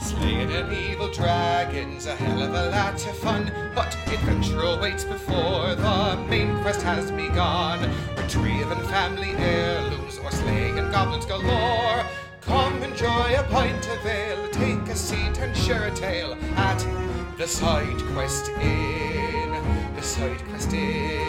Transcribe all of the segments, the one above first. Slaying an evil dragon's a hell of a lot of fun, but adventure awaits before the main quest has begun. Retrieving family heirlooms or slaying goblins galore. Come enjoy a pint of ale, take a seat and share a tale at the Side Quest Inn. The Side Quest Inn.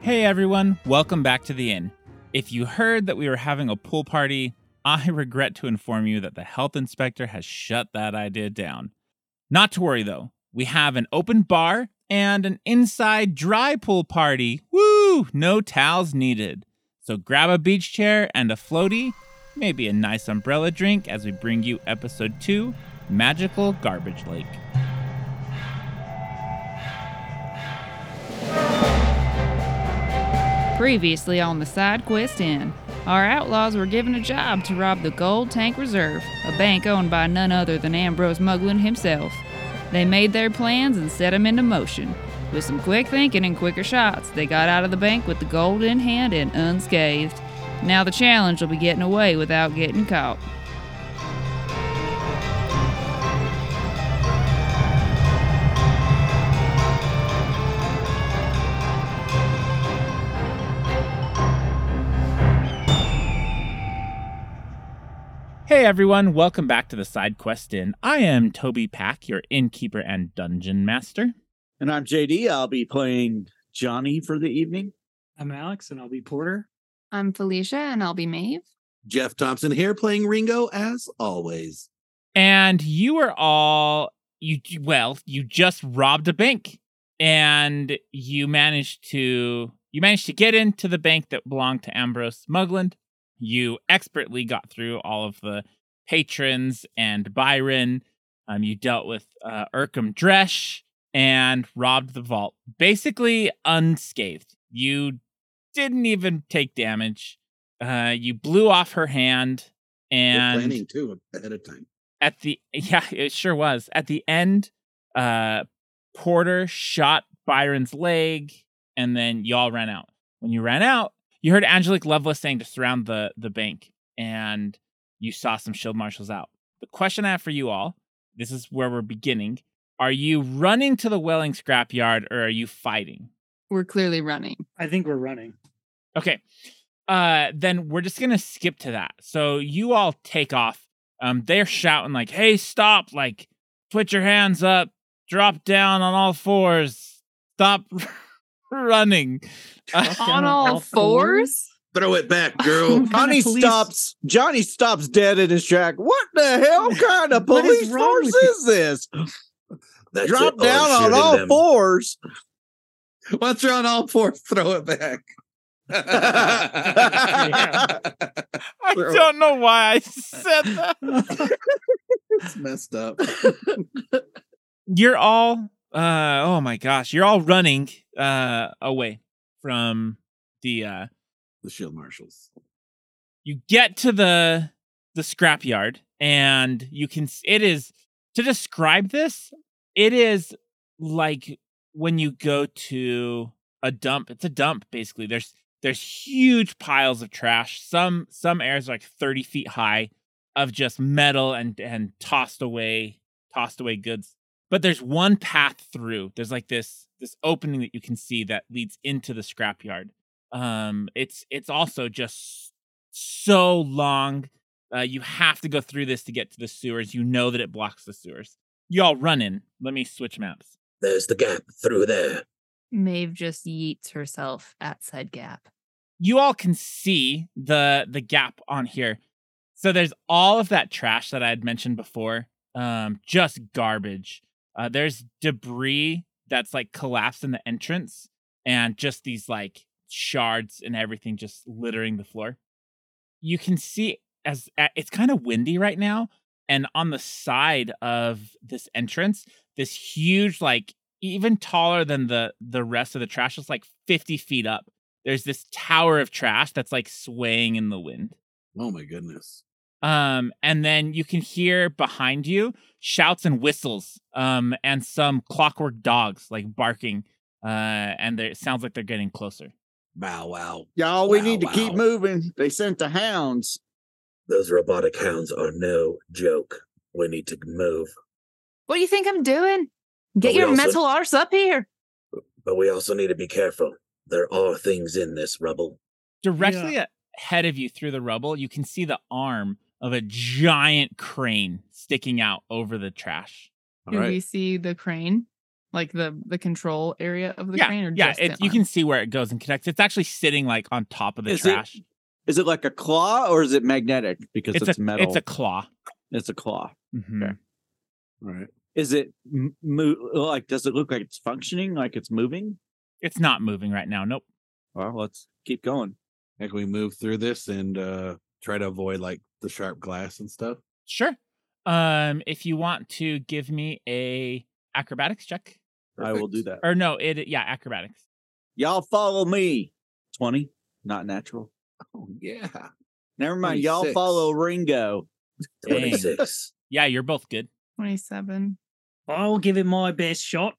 Hey everyone, welcome back to the inn. If you heard that we were having a pool party, I regret to inform you that the health inspector has shut that idea down. Not to worry though, we have an open bar and an inside dry pool party. Woo! No towels needed. So grab a beach chair and a floaty, maybe a nice umbrella drink as we bring you episode 2 Magical Garbage Lake. Previously on the Side Quest Inn, our outlaws were given a job to rob the Gold Tank Reserve, a bank owned by none other than Ambrose Muglin himself. They made their plans and set them into motion. With some quick thinking and quicker shots, they got out of the bank with the gold in hand and unscathed. Now the challenge will be getting away without getting caught. Hey everyone, welcome back to the Side Quest Inn. I am Toby Pack, your innkeeper and dungeon master. And I'm JD. I'll be playing Johnny for the evening. I'm Alex, and I'll be Porter. I'm Felicia and I'll be Maeve. Jeff Thompson here playing Ringo as always. And you are all you well, you just robbed a bank and you managed to you managed to get into the bank that belonged to Ambrose Mugland. You expertly got through all of the patrons and Byron. Um, you dealt with uh, Urkham Dresh and robbed the vault, basically unscathed. You didn't even take damage. Uh, you blew off her hand, Good and planning too ahead of time. at the yeah it sure was at the end uh porter shot byron's leg and then y'all ran out when you ran out you heard angelique lovelace saying to surround the the bank and you saw some shield marshals out the question i have for you all this is where we're beginning are you running to the welling scrapyard or are you fighting We're clearly running. I think we're running. Okay. Uh then we're just gonna skip to that. So you all take off. Um they're shouting like, hey, stop, like put your hands up, drop down on all fours, stop running. Uh, Down on all, fours? Throw it back, girl. What kind of Johnny police- stops. Johnny stops dead in his track. What the hell kind of What is police wrong force with you? is this? That's it. Drop Oh, down on shooting all them. fours. Once you're on all four, throw it back. I don't know why I said that. It's messed up. You're all uh oh my gosh, you're all running uh away from the uh The shield marshals. you get to the the scrapyard and you can s- it is to describe this it is like when you go to a dump it's a dump basically there's there's huge piles of trash some some areas are like 30 feet high of just metal and and tossed away tossed away goods but there's one path through there's like this this opening that you can see that leads into the scrapyard um it's it's also just so long. Uh, you have to go through this to get to the sewers. You know that it blocks the sewers. Y'all run in. Let me switch maps. There's the gap through there. Maeve just yeets herself at said gap. You all can see the the gap on here. So there's all of that trash that I had mentioned before. Um, just garbage. Uh, there's debris that's like collapsed in the entrance, and just these like shards and everything just littering the floor. You can see as uh, it's kind of windy right now, and on the side of this entrance, this huge like even taller than the the rest of the trash is like 50 feet up there's this tower of trash that's like swaying in the wind Oh my goodness. um, and then you can hear behind you shouts and whistles, um, and some clockwork dogs like barking, uh, and they- it sounds like they're getting closer. Bow wow. Y'all, we Wow, need to keep wow. moving. They sent the hounds. Those robotic hounds are no joke. We need to move. What do you think I'm doing? Get we your also- mental arse up here. But we also need to be careful. There are things in this rubble. Directly ahead of you through the rubble, you can see the arm of a giant crane sticking out over the trash. All Do we right. see the crane? Like the the control area of Oh, the yeah, crane or yeah, just it, that you arm? can see where it goes and connects. It's actually sitting like on top of the Is it- trash. Is it like a claw or is it magnetic? Because it's, it's, a metal. it's a claw. It's a claw. Mhm. Okay. All right. Is it m- mo- like? Does it look like it's functioning? Like it's moving? It's not moving right now. Nope. Well, let's keep going. Heck, we move through this and uh try to avoid like the sharp glass and stuff. Sure. Um, if you want to give me a acrobatics check, I will do Perfect. that. or no, it yeah, acrobatics. Y'all follow me. Twenty, not natural. Oh yeah. Never mind. Y'all 26. follow Ringo. Dang. 26. Yeah, you're both good. 27. I'll give it my best shot.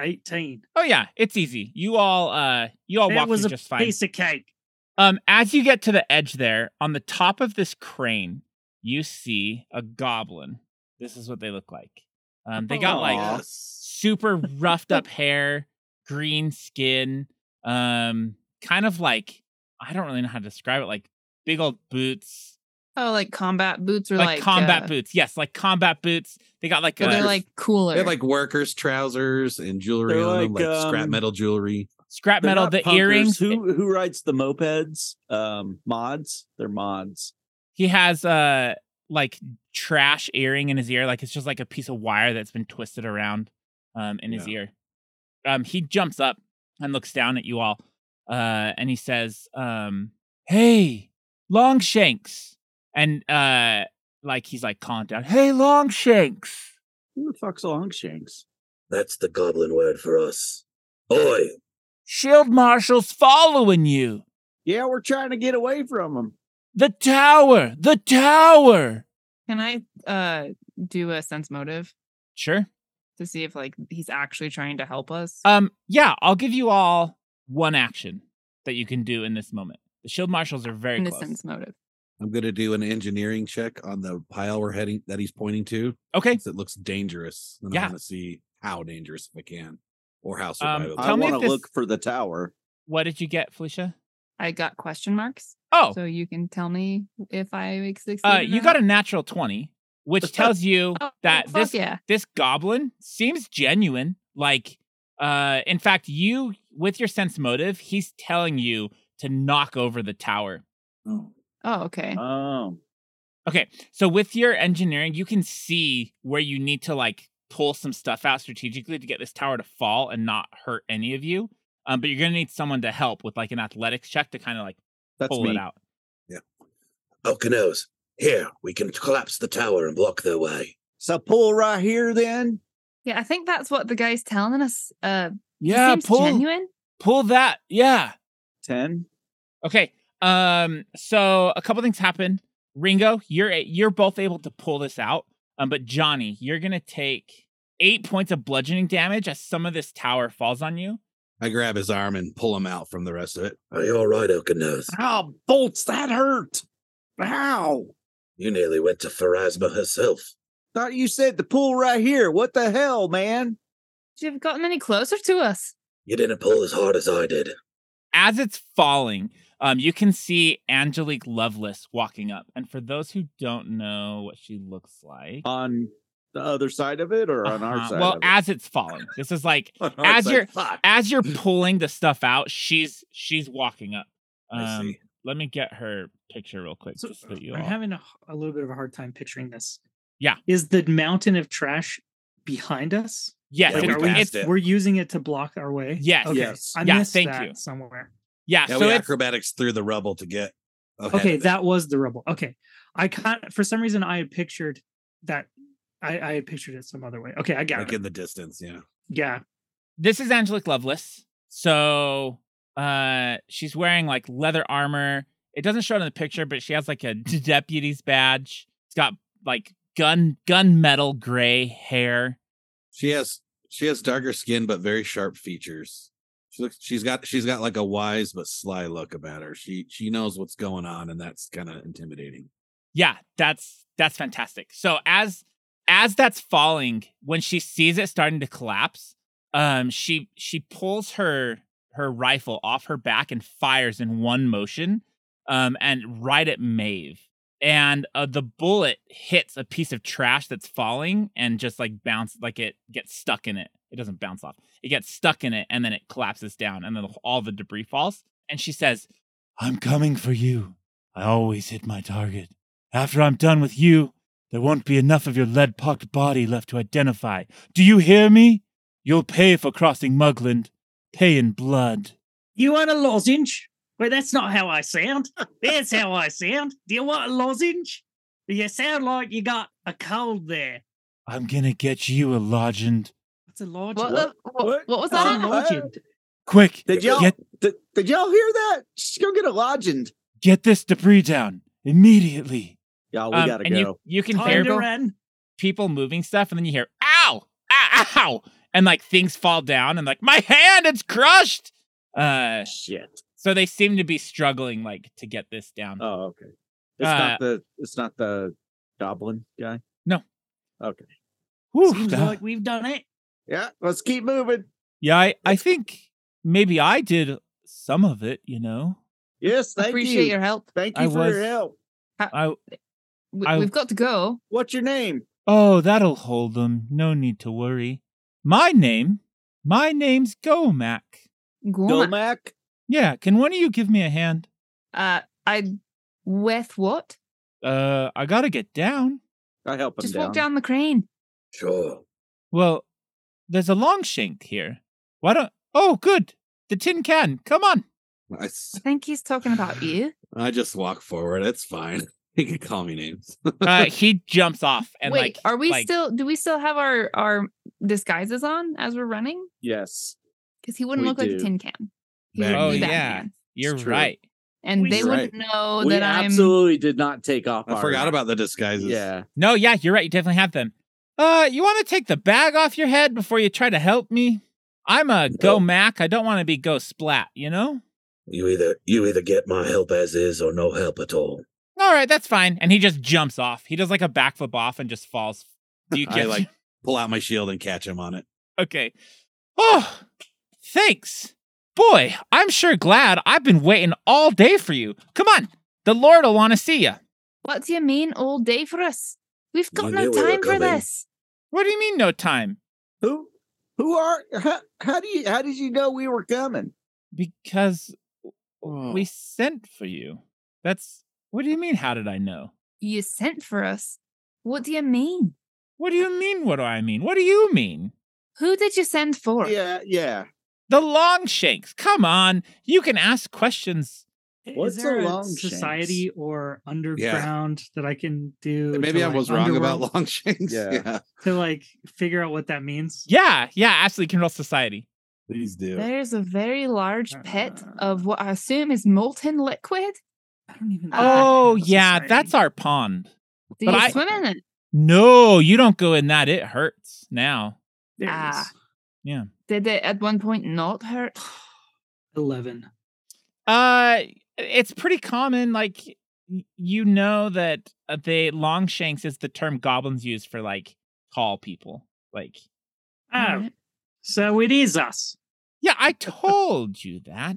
18. Oh yeah, it's easy. You all uh you all That walk was through a just fine. piece of cake. Um as you get to the edge there, on the top of this crane, you see a goblin. This is what they look like. Um they got Aw. like super roughed up hair, green skin, um kind of like I don't really know how to describe it, like big old boots. Oh, like combat boots or Like, like, combat uh, boots. Yes, like combat boots. They got like uh, But a they're like cooler. They have like workers' trousers and jewelry They're on them, like, like scrap um, metal jewelry. scrap They're metal, not the punkers. earrings. Who who rides the mopeds? Um, mods. They're mods. He has uh like trash earring in his ear, like it's just like a piece of wire that's been twisted around um in his ear. Um he jumps up and looks down at you all. Uh and he says, um, Hey, Longshanks. And uh like he's like calling down, Hey Longshanks. Who the fuck's Longshanks? That's the goblin word for us. Oi! Shield Marshal's following you. Yeah, we're trying to get away from them. The tower, the tower. Can I uh do a sense motive Sure. to see if like he's actually trying to help us? Um, yeah, I'll give you all one action that you can do in this moment. The shield marshals are very in a close. sense motive. I'm gonna do an engineering check on the pile we're heading that he's pointing to. Okay. since It looks dangerous. And Yeah. I want to see how dangerous if I can. Or how Um, survivable. I Tell me if want this- to look for the tower. What did you get, Felicia? I got question marks. Oh, So you can tell me if I succeed. uh, or you got a not. natural 20, which tells you Oh, that fuck this yeah. this goblin seems genuine. Like, uh, in fact, you with your sense motive, he's telling you to knock over the tower. Oh, okay. Oh, Okay, so with your engineering, you can see where you need to like pull some stuff out strategically to get this tower to fall and not hurt any of you. Um, but you're gonna need someone to help with like an athletics check to kind of like that's pull me. it out. Okanos, here, we can collapse the tower and block their way. So pull right here, then. yeah, I think that's what the guy's telling us. Uh, he Yeah, seems pull genuine. pull that. Yeah. Ten. Okay. Um. So a couple things happen. Ringo, you're a- you're both able to pull this out. Um. But Johnny, you're gonna take eight points of bludgeoning damage as some of this tower falls on you. I grab his arm and pull him out from the rest of it. Are you all right, Okanos? Oh, bolts that hurt. Ow! You nearly went to Pharasma herself. Thought you said the pool right here. What the hell, man? You've gotten any closer to us? You didn't pull as hard as I did. as it's falling, um, you can see Angelique Lovelace walking up. And for those who don't know what she looks like, On the other side of it, or on our uh-huh, side? well, of it? as it's falling, this is like On our As side. you're- Oh, Fuck. as you're pulling the stuff out, she's she's walking up. I Um, see. let me get her picture real quick, So, just so you I'm all. having a, h- a little bit of a hard time picturing this. Yeah. Is the mountain of trash behind us? yes, Yeah, it- we are it's, passed it. We're using it to block our way. Yes. Okay. Yes. I Yeah, missed thank that you. somewhere. yeah. Yeah, so we it's acrobatics through the rubble to get. ahead Okay, of it. that was the rubble. Okay. I can't for some reason I had pictured that I, I had pictured it some other way. Okay, I got like it. in the distance. Yeah. Yeah. this is Angelique Lovelace. So uh she's wearing like leather armor. It doesn't show it in the picture, but she has like a deputy's badge. It's got like gun gun metal gray hair. She has she has darker skin but very sharp features. She looks she's got she's got like a wise but sly look about her. She she knows what's going on and that's kind of intimidating. Yeah, that's that's fantastic. So as as that's falling, when she sees it starting to collapse, um, she she pulls her her rifle off her back and fires in one motion, um, and right at Maeve. And uh, the bullet hits a piece of trash that's falling and just like bounce, like it gets stuck in it. It doesn't bounce off. It gets stuck in it, and then it collapses down, and then all the debris falls. And she says, "I'm coming for you." I always hit my target. After I'm done with you, there won't be enough of your lead pocked body left to identify. Do you hear me? You'll pay for crossing Mugland. Pay in blood. You want a lozenge? Well, that's not how I sound. That's how I sound. Do you want a lozenge? You sound like you got a cold there. I'm gonna get you a lodgend. What's a lozenge? What, What? the- what, What? what was That's What's a a that? lo- lozenge? Quick, Did y'all Get- did, did y'all hear that? Just go get a lodging. get this debris down immediately. Y'all, we Um, gotta and go. You, you can hear Time to run. people moving stuff, and then you hear "ow, ow, ow," and like things fall down, and like my hand, it's crushed. Uh, Shit. so they seem to be struggling like to get this down. Oh, okay. It's Mm-hmm. Uh, not the it's not the goblin guy. No. Okay. Whew, Seems that- like we've done it. Yeah, let's keep moving. Yeah, I, I think maybe I did some of it, you know. Yes, thank Appreciate you. your help. Thank I you for was- your help. I We, I- we've got to go. What's your name? oh, that'll hold them. No need to worry. My name, my name's Gomac. Go on. Gomac? Yeah, can one of you give me a hand? Uh, I with what? Uh, I gotta get down. I help him Just down. walk down the crane. Sure. Well, there's a long shank here. Why don't? Oh, good. The tin can. Come on. I, s- I think he's talking about you. I just walk forward. It's fine. He can call me names. Uh, he jumps off and Wait, like. are we like- still? Do we still have our our disguises on as we're running? Yes. Because he wouldn't We look like a do. tin can. He would Back Oh be me. yeah, Batman. you're true. right. and We they should- wouldn't know we that I'm. absolutely did not take off. I our- forgot about the disguises. Yeah. No, yeah, you're right. You definitely have them. Uh, you want to take the bag off your head before you try to help me? I'm a go No. Mac. I don't want to be go splat. You know. You either you either get my help as is or no help at all. All right, that's fine. And he just jumps off. He does like a backflip off and just falls. Do you I get like- Pull out my shield and catch him on it. Okay. Oh, thanks, boy. I'm sure glad I've been waiting all day for you. Come on, the Lord will want to see you. What do you mean all day for us? We've got You no knew we were time for coming. this. What do you mean, no time? Who who are how, how do you how did you know we were coming? Because we Oh. sent for you. That's what do you mean? How did I know? You sent for us. What do you mean? What do you mean? What do I mean? What do you mean? Who did you send for? Yeah, yeah. The long shanks. Come on, you can ask questions. What's Is a there a, long society or underground that I can do? Maybe to, I like, was wrong about underworld- long shanks. Yeah. to like figure out what that means. Yeah, yeah. Absolutely, Kindle Society. Please do. There's a very large pit of Uh, what I assume is molten liquid. I don't Uh, even. know what Oh kind of yeah, society. that's our pond. Do But you I- swim in it? No, you don't go in that. It hurts now. There it Ah. is. Did it at one point not hurt? eleven. Uh, it's pretty common. Like y- you know that uh, the long shanks is the term goblins use for like tall people. Like Oh, Alright. so it is us. yeah, I told you that.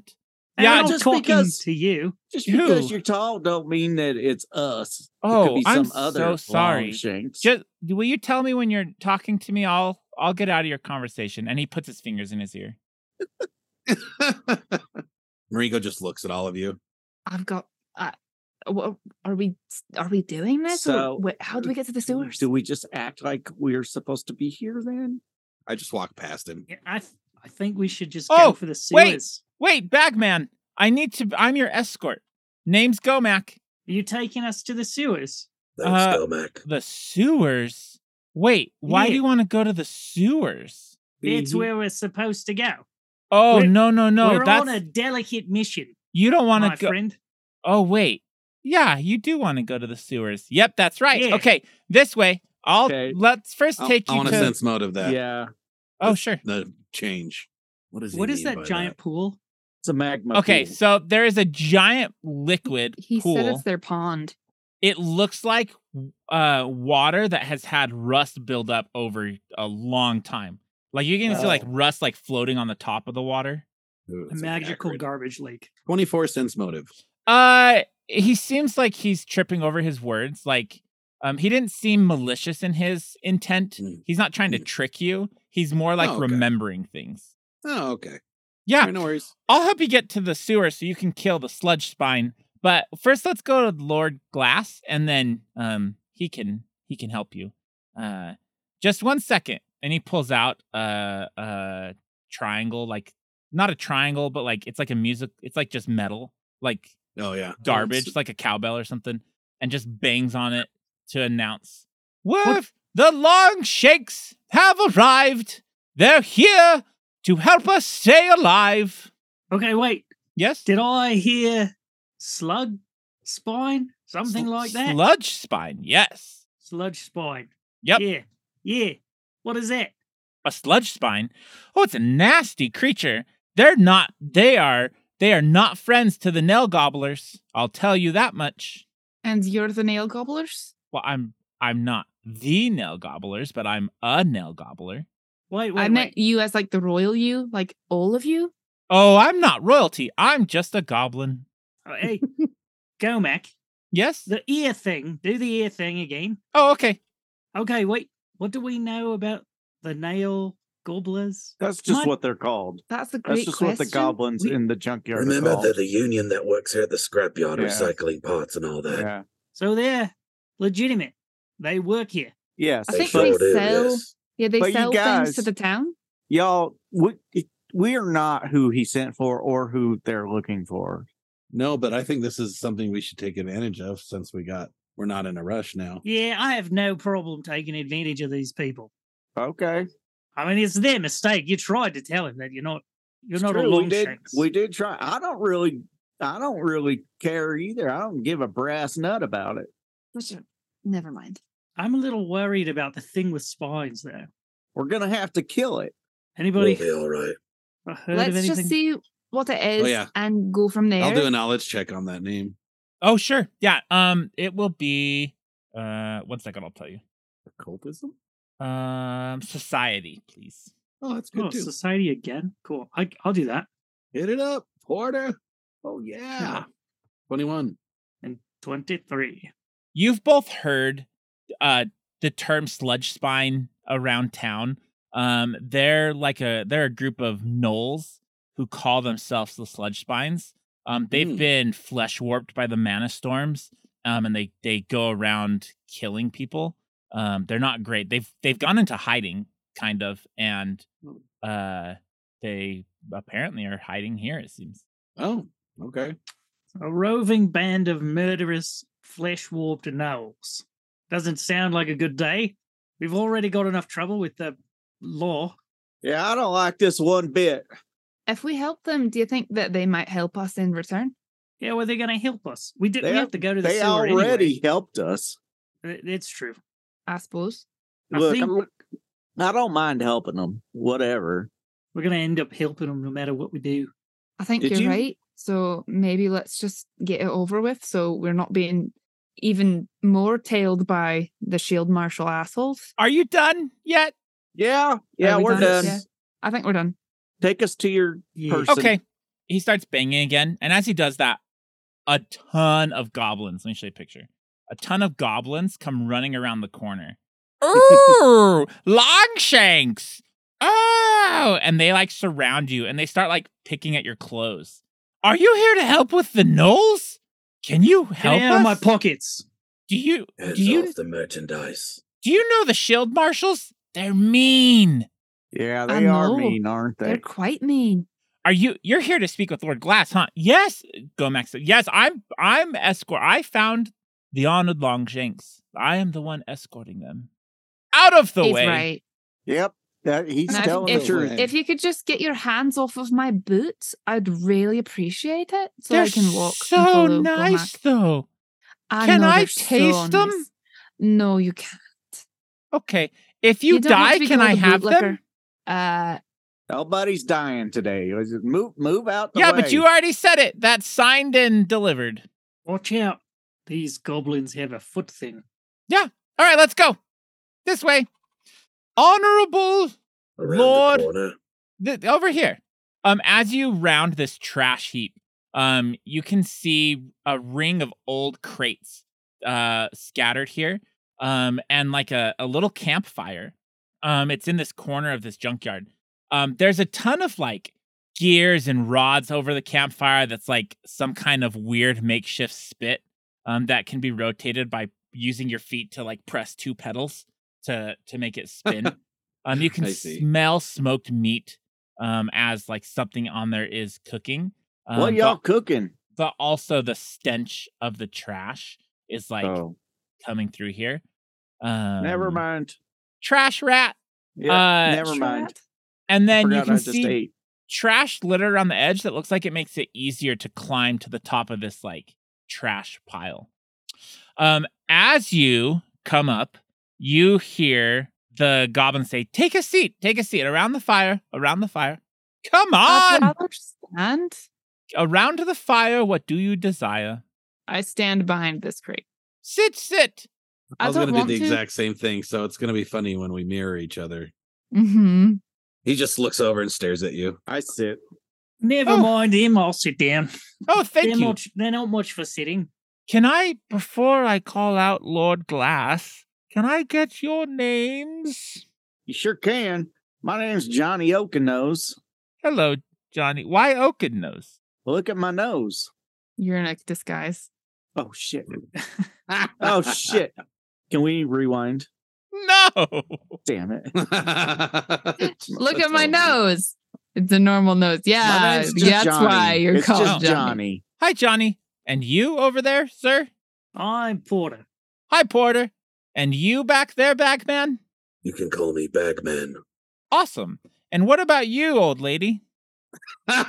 And Yeah, I'm not just talking because- to you. Just Who? because you're tall don't mean that it's us. Oh, I'm so long sorry. shanks. Just will you tell me when you're talking to me? I'll I'll get out of your conversation. And he puts his fingers in his ear. Maringo just looks at all of you. I've got. Uh, what, are we are we doing this? So, or, wh- how do we get to the sewers? Do we just act like we're supposed to be here then? I just walk past him. Yeah, I th- I think we should just Oh, go for the wait. sewers. Wait, Bagman, I need to. I'm your escort. Name's Gomac. Are you taking us to the sewers? Thanks, Uh, Gomac. The sewers. Wait, why do Yeah. you want to go to the sewers? It's Mhm. where we're supposed to go. Oh We're- no no Mm-hmm. no! we're on That's a delicate mission, you don't want my to go. friend. Oh wait, yeah, you do want to go to the sewers. Yep, that's right. Yeah. Okay, this way. I'll Okay. let's first I- take I, you want to. to sense motive that. Yeah, oh sure. The change. What is What is that giant pool? it's a magma. Okay, pool. so there is a giant liquid He pool. said it's their pond. It looks like uh, water that has had rust build up over a long time. Like you can see like rust like floating on the top of the water. Ooh, A that's magical accurate. garbage lake. 24 sense motive. Uh, he seems like he's tripping over his words. Like, um, he didn't seem malicious in his intent. Mm. He's not trying to Mm. trick you. He's more like Oh, okay. remembering things. Oh, okay. Yeah, No worries. I'll help you get to the sewer so you can kill the sludge spine. But first, let's go to Lord Glass, and then um, he can he can help you. Uh, just one second, and he pulls out a, a triangle, like not a triangle, but like it's like a music. It's like just metal, like Oh, yeah. garbage, like a cowbell or something, and just bangs on it to announce, "Woof! The long shakes have arrived. They're here to help us stay alive." Okay, wait. Yes, Did I hear slug spine? Something Sl- like that? Sludge spine. Yes, Sludge spine. Yep. Yeah. Yeah. What is that? a sludge spine. Oh, it's a nasty creature. They're not. They are. They are not friends to the nail gobblers. I'll tell you that much. And you're the nail gobblers? Well, I'm. I'm not the nail gobblers, but I'm a nail gobbler. Wait, wait, I wait. meant you as like the royal you, like all of you. Oh, I'm not royalty. I'm just a goblin. Oh, hey, Gomac, Yes. the ear thing. Do the ear thing again. oh, okay. Okay, wait. What do we know about the nail gobblers? That's just What? what they're called. That's the That's great just what the question. goblins We- in the junkyard. are Remember, called. they're the union that works here at the scrapyard, Yeah. recycling parts and all that. yeah. So they're legitimate. They work here. Yes. I think but they sell- yeah, they But you sell things to guys- the town. y'all, we, we are not who he sent for or who they're looking for. No, but I think this is something we should take advantage of since we got, we're not in a rush now. Yeah, I have no problem taking advantage of these people. Okay. I mean, it's their mistake. You tried to tell him that you're not you're It's not a true, we long did shanks. we did try i don't really i don't really care either i don't give a brass nut about it Which, uh, never mind. I'm a little worried about the thing with spines, though. we're gonna have to kill it Anybody We'll be all right. heard of Let's anything? just see what it is Oh, yeah. and go from there. I'll do a knowledge check on that name. Oh, sure. Yeah. Um, it will be. Uh, one second. I'll tell you. Occultism? Um, society, please. Oh, that's good Oh, too. society again. Cool. I, I'll do that. Hit it up, Porter. Oh, yeah. 21. And twenty three. You've both heard, uh, the term sludge spine around town. Um, they're like a they're a group of gnolls who call themselves the sludge spines. Um, they've Mm. been flesh warped by the mana storms. Um, and they they go around killing people. Um, they're not great. They've they've gone into hiding kind of, and uh, they apparently are hiding here. It seems. Oh, okay. A roving band of murderous, flesh warped gnolls. Doesn't sound like a good day. We've already got enough trouble with the law. yeah i don't like this one bit If we help them, do you think that they might help us in return? Yeah, well, they're going to help us. We didn't They have to go to the they sewer already anyway. helped us Th- It's true. I suppose. I look think I'm, i don't mind helping them whatever we're going to end up helping them no matter what we do. I think Did you're you- right. So maybe let's just get it over with so we're not being even more tailed by the shield marshal assholes. Are you done yet? yeah yeah we we are done? done, Yeah. I think we're done. take us to your Yeah. Person. Okay. He starts banging again. And as he does that, a ton of goblins, let me show you a picture. A ton of goblins come running around the corner. Ooh, long shanks. Oh, and they like surround you and they start like picking at your clothes. Are you here to help with the gnolls? Can you Get help out of my us? pockets. do you Hands do you off the merchandise. do you know the shield marshals? They're mean. yeah I they are know. mean aren't They're they quite mean. are you you're here to speak with Lord Glass, huh? Yes, Gomax. said, Yes, I'm I'm escort. I found the honored Longshanks. I am the one escorting them out of the He's way. right. yep that he's No, if- telling if- the truth Hey. If you could just get your hands off of my boots, I'd really appreciate it. So They're I can walk. and so follow nice, Gomak. though. I Can know I they're so taste 'em? nice. No, you can't. Okay, if you, don't need die, to be can called I a have them? bootlicker. Uh, nobody's Oh, dying today Let's just move move out the Yeah, but way. you already said it. That's signed and delivered. Watch out. These goblins have a foot thing. All right, let's go. This way. Honorable Around Lord. the corner. th- over here. Um, as you round this trash heap, um, you can see a ring of old crates, uh, scattered here. Um, and like a, a little campfire. Um, it's in this corner of this junkyard. Um, there's a ton of like gears and rods over the campfire. That's like some kind of weird makeshift spit. Um, that can be rotated by using your feet to like press two pedals to to make it spin. um, you can I see. smell smoked meat um as like something on there is cooking. Um, what y'all But, cooking? but also the stench of the trash is like oh, coming through here. Um, never mind. Trash rat. Yeah, uh, never mind. And then you Forgot I can just see ate. trash littered on the edge that looks like it makes it easier to climb to the top of this like trash pile. Um, as you come up, you hear the goblin say, "Take a seat. Take a seat around the fire. Around the fire. Come I'd on." rather stand. around to the fire what do you desire I stand behind this crate. sit sit I, was don't gonna do want the to- exact same thing, so it's gonna be funny when we mirror each other. Mm-hmm. He just looks over and stares at you. I sit. Never Oh. mind him. I'll sit down. oh thank they're you Not, they're not much for sitting. can i before i call out lord glass can i get your names You sure can. My name's Johnny Oakenose. hello johnny why oaken knows Look at my nose. You're in a disguise. Oh shit. oh shit. Can we rewind? no Damn it. Look at my That's all. nose. It's a normal nose. My Yeah, name's just Uh, that's Johnny. why you're it's called just Johnny. Johnny. hi johnny and you over there sir I'm Porter. hi porter and you back there bagman You can call me Bagman. awesome and what about you old lady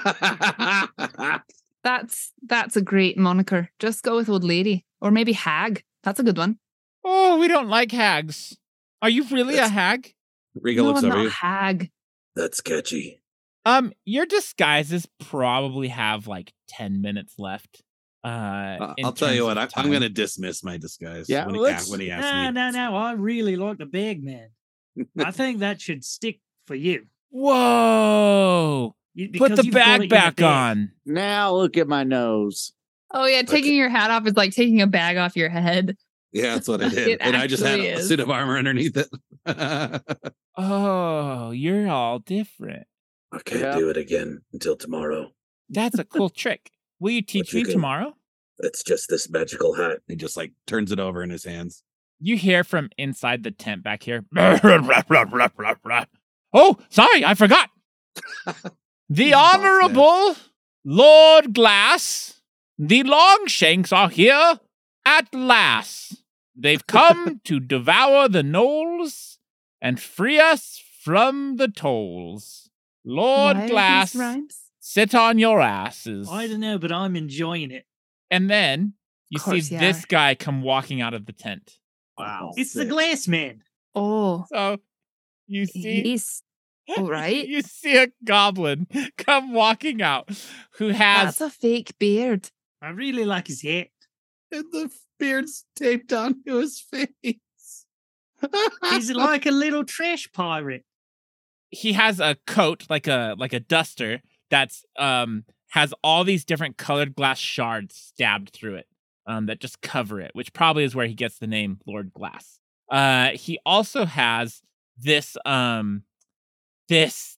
That's that's a great moniker. Just go with old lady or maybe hag. That's a good one. oh we don't like hags are you really a That's- hag Riga no, looks I'm over not Uh, you. hag. That's catchy. Um, your disguises probably have like ten minutes left. Uh, I- in I'll tell terms you what. of I, I'm time. gonna dismiss my disguise. Yeah, when he, let's- a- when he No, asks me. no, no. I really like the bag man. I think that should stick for you. Whoa! You- Put because the you've got it bag in back bag. on. Now look at my nose. Oh yeah, taking your hat off is like taking a bag off your head. Yeah, that's what I did, It and I just had actually a is. suit of armor underneath it. Oh, you're all different. I can't Yeah. do it again until tomorrow. That's a cool trick. Will you teach you me can- tomorrow? It's just this magical hat. he just like turns it over in his hands. You hear from inside the tent back here. oh, sorry, I forgot. the Boss man. Honorable Lord Glass, the Longshanks are here at last. They've come to devour the knolls and free us from the tolls. Lord Why are these Glass, rhymes? sit on your asses. I don't know, but I'm enjoying it. And then you see Course you this are. guy come walking out of the tent. Wow. It's the glass man. Oh, So you see, yes. All right. you see a goblin come walking out who has That's a fake beard. I really like his hat. And the beard's taped onto his face. He's like a little trash pirate. he has a coat like a like a duster that's um has all these different colored glass shards stabbed through it um that just cover it, which probably is where he gets the name Lord Glass. Uh, he also has this um this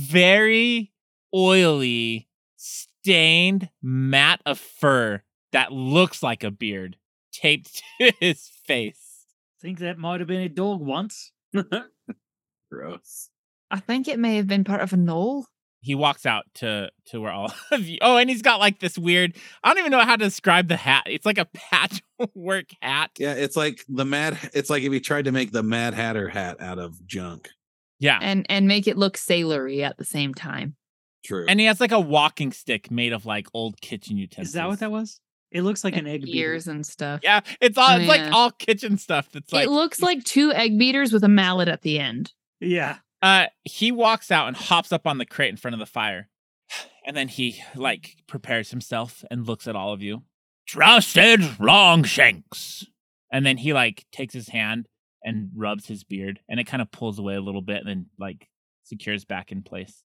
very oily stained mat of fur that looks like a beard taped to his face. think that might have been a dog once. Gross. I think it may have been part of a knoll. he walks out to to where all of you oh and he's got like this weird i don't even know how to describe the hat it's like a patchwork hat Yeah, it's like the mad. It's like if he tried to make the Mad Hatter hat out of junk. yeah And and make it look sailory at the same time. True. and he has like a walking stick made of like old kitchen utensils Is that what that was? It looks like an And egg beater. ears and stuff. yeah it's all it's Yeah. like all kitchen stuff that's like it looks like two egg beaters with a mallet at the end. Yeah. uh he walks out and hops up on the crate in front of the fire and then he like prepares himself and looks at all of you trusted Longshanks. And then he like takes his hand and rubs his beard, and it kind of pulls away a little bit, and then like secures back in place.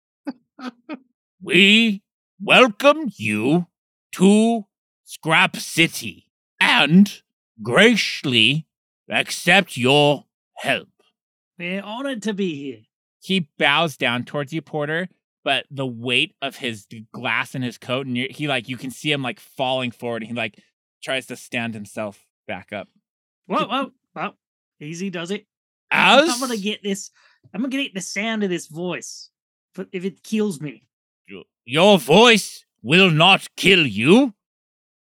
we welcome you to Scrap City and graciously accept your help. We're honored to be here. He bows down towards you, Porter, but the weight of his glass in his coat, and you- he like you can see him like falling forward, and he like tries to stand himself back up. Whoa, whoa, whoa. Easy does it. As I'm gonna get this. I'm gonna get the sound of this voice. But if it kills me, y- your voice will not kill you,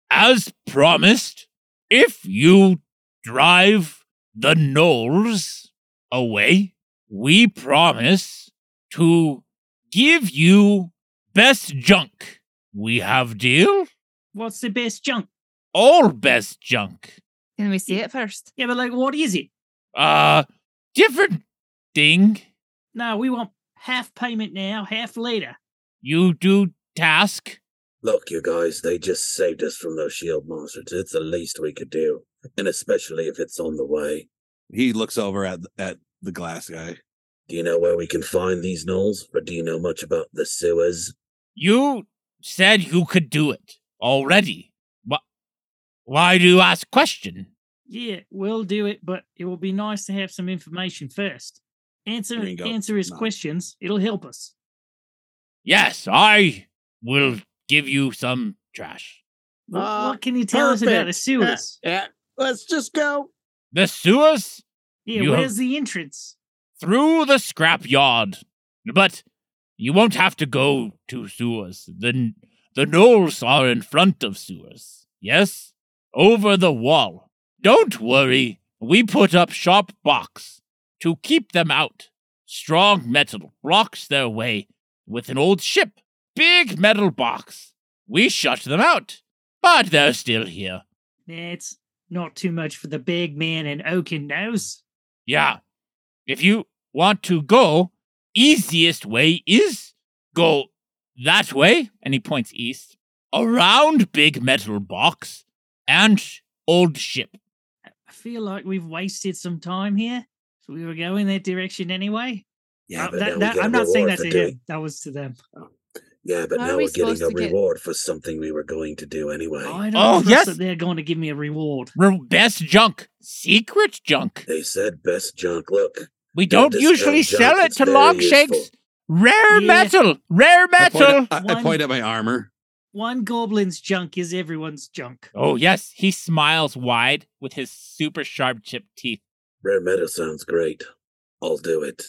as promised, if you drive the gnolls away. We promise to give you best junk. We have deal what's the best junk? all best junk. Can we see it first? Yeah, but like, what is it? Uh, different thing. No, we want half payment now, half later. You do task. Look, you guys, they just saved us from those shield monsters. It's the least we could do, and especially if it's on the way. He looks over at at the glass guy. Do you know where we can find these gnolls, or do you know much about the sewers? You said you could do it already. But why do you ask question? Yeah, we'll do it, but it will be nice to have some information first. Answer Ringo, answer his no. questions. It'll help us. Yes, I will give you some trash. Wh- Uh, Ah, what can you tell us about the perfect. Yeah, sewers? yeah, let's just go. The sewers Yeah, you have- where's the entrance? through the scrap yard. But you won't have to go to sewers. The the knolls are in front of sewers. Yes? Over the wall. Don't worry. We put up sharp box to keep them out. Strong metal blocks their way with an old ship. Big metal box. We shut them out. But they're still here. That's not too much for the big man in Oaken nose. Yeah. If you want to go, easiest way is go that way, and he points east, around big metal box and old ship. I feel like we've wasted some time here. So we were going that direction anyway. Yeah, Uh, but that- now we that- get a I'm not saying reward that to for doing- him. That was to them. Yeah, but Why are now we we're getting supposed a to get- reward for something we were going to do anyway. I don't Oh, trust yes. that they're going to give me a reward. Re- Best junk, secret junk. They said best junk. Look, We don't Don't discount usually junk, sell it it's to very long useful. shakes. Rare Yeah. metal, rare I point metal. at- I- I One- point at my armor. One goblin's junk is everyone's junk. Oh, yes. He smiles wide with his super sharp chipped teeth. rare metal sounds great. I'll do it.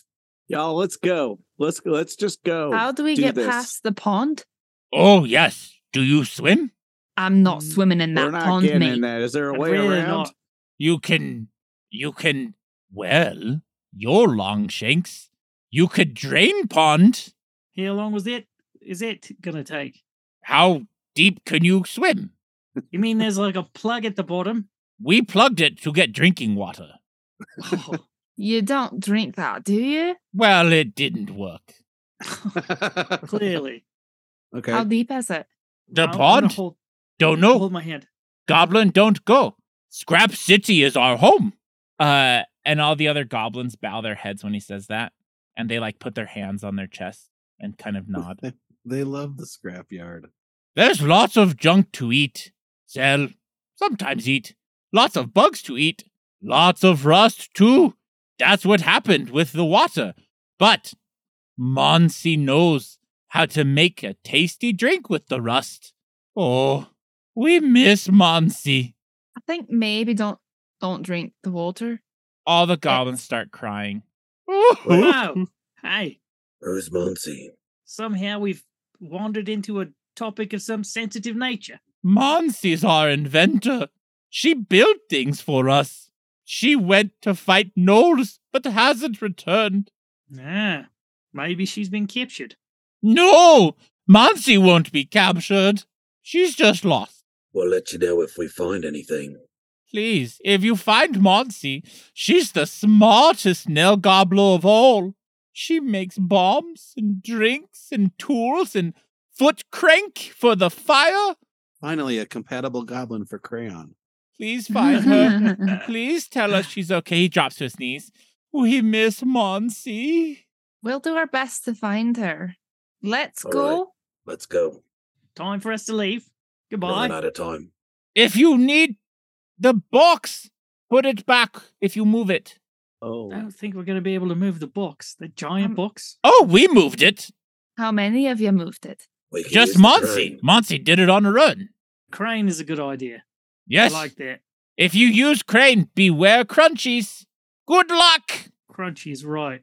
Y'all, let's go. Let's let's just go. How do we Oh, do get this. past the pond? Oh, yes. Do you swim? I'm not Mm, swimming in we're that not pond, getting mate. in that. Is there a I'd way rather around? not. you can you can well your long shanks you could drain pond How long was that? Is that going to take? how deep can you swim You mean there's like a plug at the bottom? we plugged it to get drinking water Oh, You don't drink that, do you? well it didn't work clearly. Okay. How deep is it? the I'm gonna pond Hold, don't know Hold my hand. goblin don't go scrap city is our home uh and all the other goblins bow their heads when he says that and they like put their hands on their chest and kind of nod they love the scrapyard. There's lots of junk to eat, sell, sometimes eat, lots of bugs to eat, lots of rust too. That's what happened with the water. But Monsi knows how to make a tasty drink with the rust. Oh, we miss Monsi. I think maybe don't don't drink the water. All the goblins start crying. Wow. hey, Who's Monty? somehow we've wandered into a topic of some sensitive nature. Monsi's our inventor. She built things for us. She went to fight gnolls, but hasn't returned. Ah, maybe she's been captured. No! Monsi won't be captured. She's just lost. We'll let you know if we find anything. Please, if you find Monsi, she's the smartest Nell Gobbler of all. She makes bombs and drinks and tools and foot crank for the fire. Finally, a compatible goblin for Crayon. Please find her. Please tell us she's okay. He drops to his knees. We miss Monsi. we'll do our best to find her. Let's All right. go. Let's go. Time for us to leave. Goodbye. Running out of time. If you need the box, put it back if you move it. Oh, I don't think we're going to be able to move the box. The giant Um, box. Oh, we moved it. How many of you moved it? We can Just use the Monsi. train. Monsi did it on her own. Crane is a good idea. Yes. I like that. If you use crane, beware crunchies. Good luck. Crunchy is right.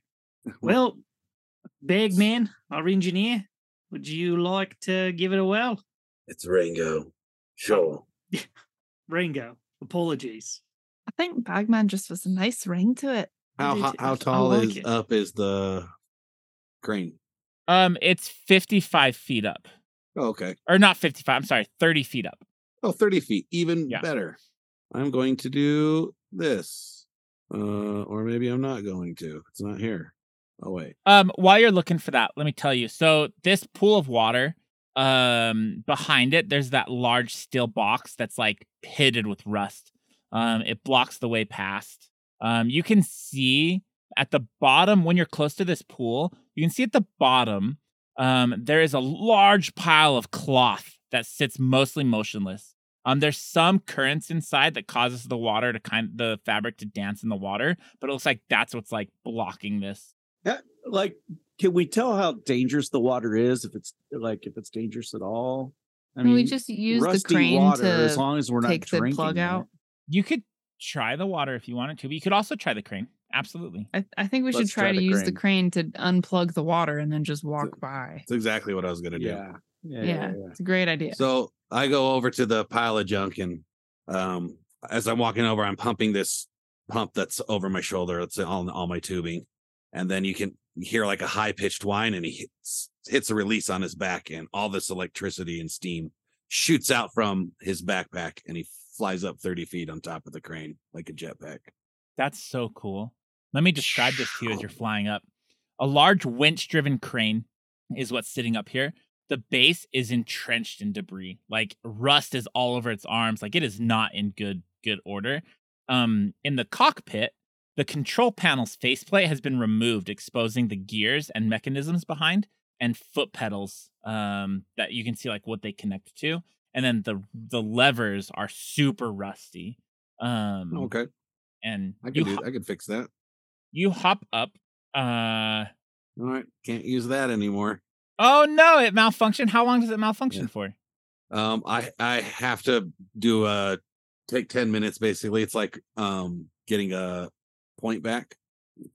Well, Bagman, our engineer, would you like to give it a whirl? It's Ringo. Sure. Ringo, apologies. I think Bagman just was a nice ring to it. How did ho- it. I how tall like is uh, it. up is the crane? Um, it's 55 feet up. Oh, okay. Or not 55, I'm sorry, 30 feet up. Oh, 30 feet. Even Yeah. better. I'm going to do this. Uh, or maybe I'm not going to. It's not here. Oh wait. Um, while you're looking for that, let me tell you. So this pool of water, um, behind it, there's that large steel box that's like pitted with rust. Um, it blocks the way past. Um, you can see at the bottom when you're close to this pool, you can see at the bottom, um, there is a large pile of cloth that sits mostly motionless. Um, there's some currents inside that causes the water to kind the fabric to dance in the water, but it looks like that's what's like blocking this. like, can we tell how dangerous the water is? If it's like, if it's dangerous at all? I we just use the rusty crane water, as to long as we're not take the drinking plug it. out. You could try the water if you wanted to, but you could also try the crane. Absolutely. I, I think we should Let's try, try to the use the crane to unplug the water and then just walk it- by. That's exactly what I was gonna do. Yeah. Yeah. Yeah. It's a great idea. So I go over to the pile of junk and um as I'm walking over, I'm pumping this pump that's over my shoulder. It's on all my tubing. And then you can hear like a high pitched whine and he hits hits a release on his back and all this electricity and steam shoots out from his backpack and he flies up 30 feet on top of the crane like a jetpack. That's so cool. Let me describe this to you as you're flying up. A large winch driven crane is what's sitting up here. The base is entrenched in debris. Like rust is all over its arms. Like it is not in good good order. Um in the cockpit, the control panel's faceplate has been removed, exposing the gears and mechanisms behind and foot pedals um that you can see like what they connect to. And then the the levers are super rusty. Um Okay. and I you could do ho- I could fix that. you hop up. Uh All right. Can't use that anymore. oh no, it malfunctioned. How long does it malfunction Yeah. for? Um, I I have to do a take ten minutes basically. It's like um getting a point back.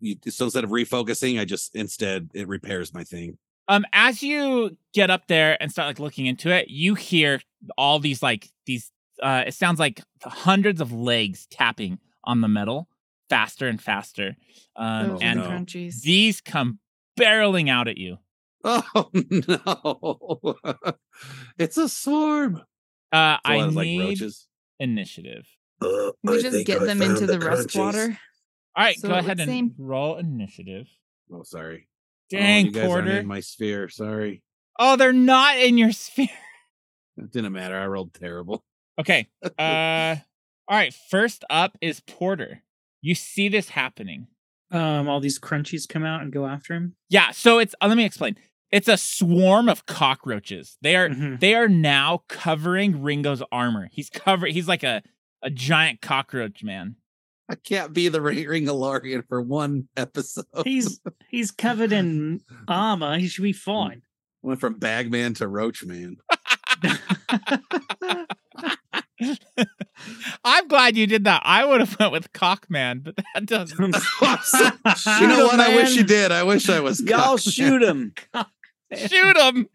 You, so instead of refocusing, I just instead it repairs my thing. Um, as you get up there and start like looking into it, you hear all these like these. Uh, it sounds like hundreds of legs tapping on the metal faster and faster. Um, Those and no. crunchies. these come barreling out at you. Oh no! it's a swarm. Uh, It's a lot I of, like need roaches. initiative. Uh, we I just think get I them into found the, rust crunchies. water. All right, So go it ahead and would seem- roll initiative. Oh, sorry. Oh, Dang, you guys aren't Porter. in my sphere. Sorry, oh, they're not in your sphere. it didn't matter. I rolled terrible. Okay. Uh all right, first up is Porter. You see this happening. Um, all these crunchies come out and go after him. Yeah, so it's uh, let me explain. It's a swarm of cockroaches. They Mm-hmm. are Mm-hmm. Mhm. they are now covering Ringo's armor. He's covered he's like a a giant cockroach man. I can't be the Ring Ringalorian for one episode. He's he's covered in armor. He should be fine. went from Bagman to Roachman. I'm glad you did that. I would have went with Cockman, but that doesn't you know him, what? I wish you man. did. I wish I was. Y'all cockman. shoot him. shoot him.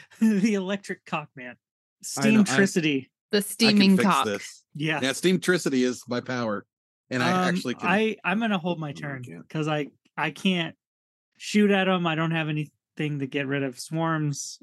the electric cock man. I know, I- Steamtricity. The I can steaming fix cock. this. Yeah. Yeah, steamtricity is my power, and I Um, actually can. I I'm gonna hold my No, you turn can't. because I I can't shoot at them. I don't have anything to get rid of swarms.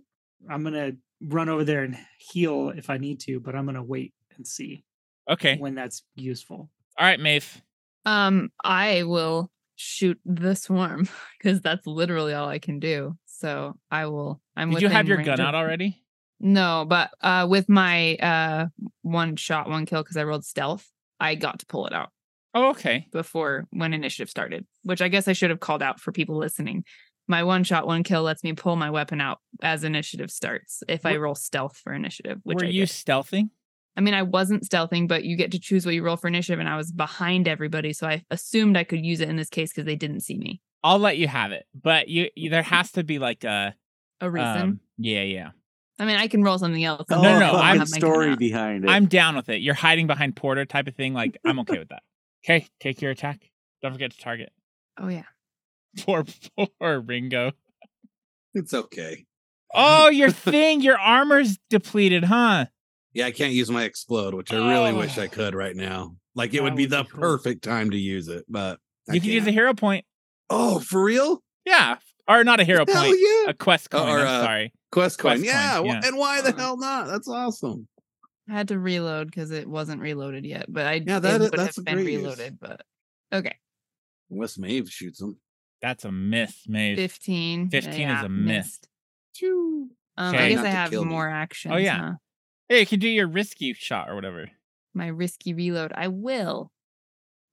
I'm gonna run over there and heal if I need to, but I'm gonna wait and see Okay. when that's useful. All right, Maeve. Um, I will shoot the swarm because that's literally all I can do. So I will. I'm. Did you have within your range gun of- out already? No, but uh, with my uh, one shot, one kill, because I rolled stealth, I got to pull it out Oh, okay. before when initiative started, which I guess I should have called out for people listening. My one shot, one kill lets me pull my weapon out as initiative starts if I Were- roll stealth for initiative, which Were I you did. stealthing? I mean, I wasn't stealthing, but you get to choose what you roll for initiative, and I was behind everybody, so I assumed I could use it in this case because they didn't see me. I'll let you have it, but you, you there has to be like a A reason. um, yeah, yeah. I mean, I can roll something else. No, no, no, I I'm- have my gun story out. behind it. I'm down with it. You're hiding behind Porter type of thing. Like I'm okay with that. Okay, take your attack. Don't forget to target. Oh yeah. Poor poor Ringo. It's okay. Oh, your thing, your armor's depleted, huh? Yeah, I can't use my explode, which I really wish Oh. I could right now. Like it That would be would be the cool. perfect time to use it, but I You can use a can't. hero point. Oh, for real? Yeah, or not a hero Hell point, yeah. a quest coin. or, I'm uh, sorry. Quest coin. Quest coin, yeah. wh- yeah. And why the Uh-huh. hell not? That's awesome. I had to reload because it wasn't reloaded yet, but I Yeah, it that- would that's a have been great use. reloaded. But okay, Wes Mave shoots him. That's a miss, Maze. fifteen. 15 is a miss. missed. Shame. Um, I guess Not I to have kill me. more actions. Oh, yeah. huh? Hey, you can do your risky shot or whatever. my risky reload. I will.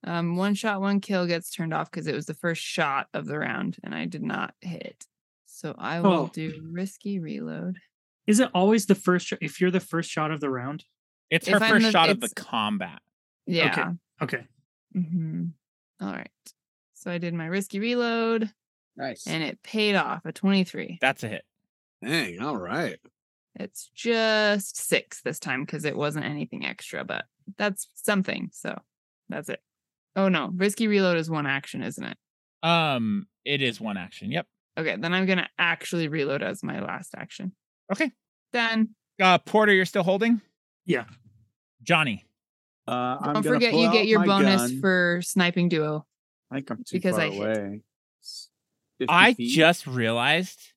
Um, one shot, one kill gets turned off because it was the first shot of the round, and I did not hit. So I will Oh. do risky reload. Is it always the first? Shot, if you're the first shot of the round, It's If her I'm first the- shot of the it's- combat. Yeah. okay. Mhm. All right. So I did my risky reload, nice. and it paid off a twenty-three. That's a hit. Dang. All right. It's just six this time because it wasn't anything extra, but that's something. So that's it. Oh no, risky reload is one action, isn't it? Um, it is one action. Yep. Okay, then I'm gonna actually reload as my last action. Okay. Done. Uh, Porter, you're still holding. Yeah. Johnny. Uh, I'm Don't gonna forget pull you out get your my bonus gun. for sniping duo. I think I'm too because far I hit. away. S- 50 I feet? just realized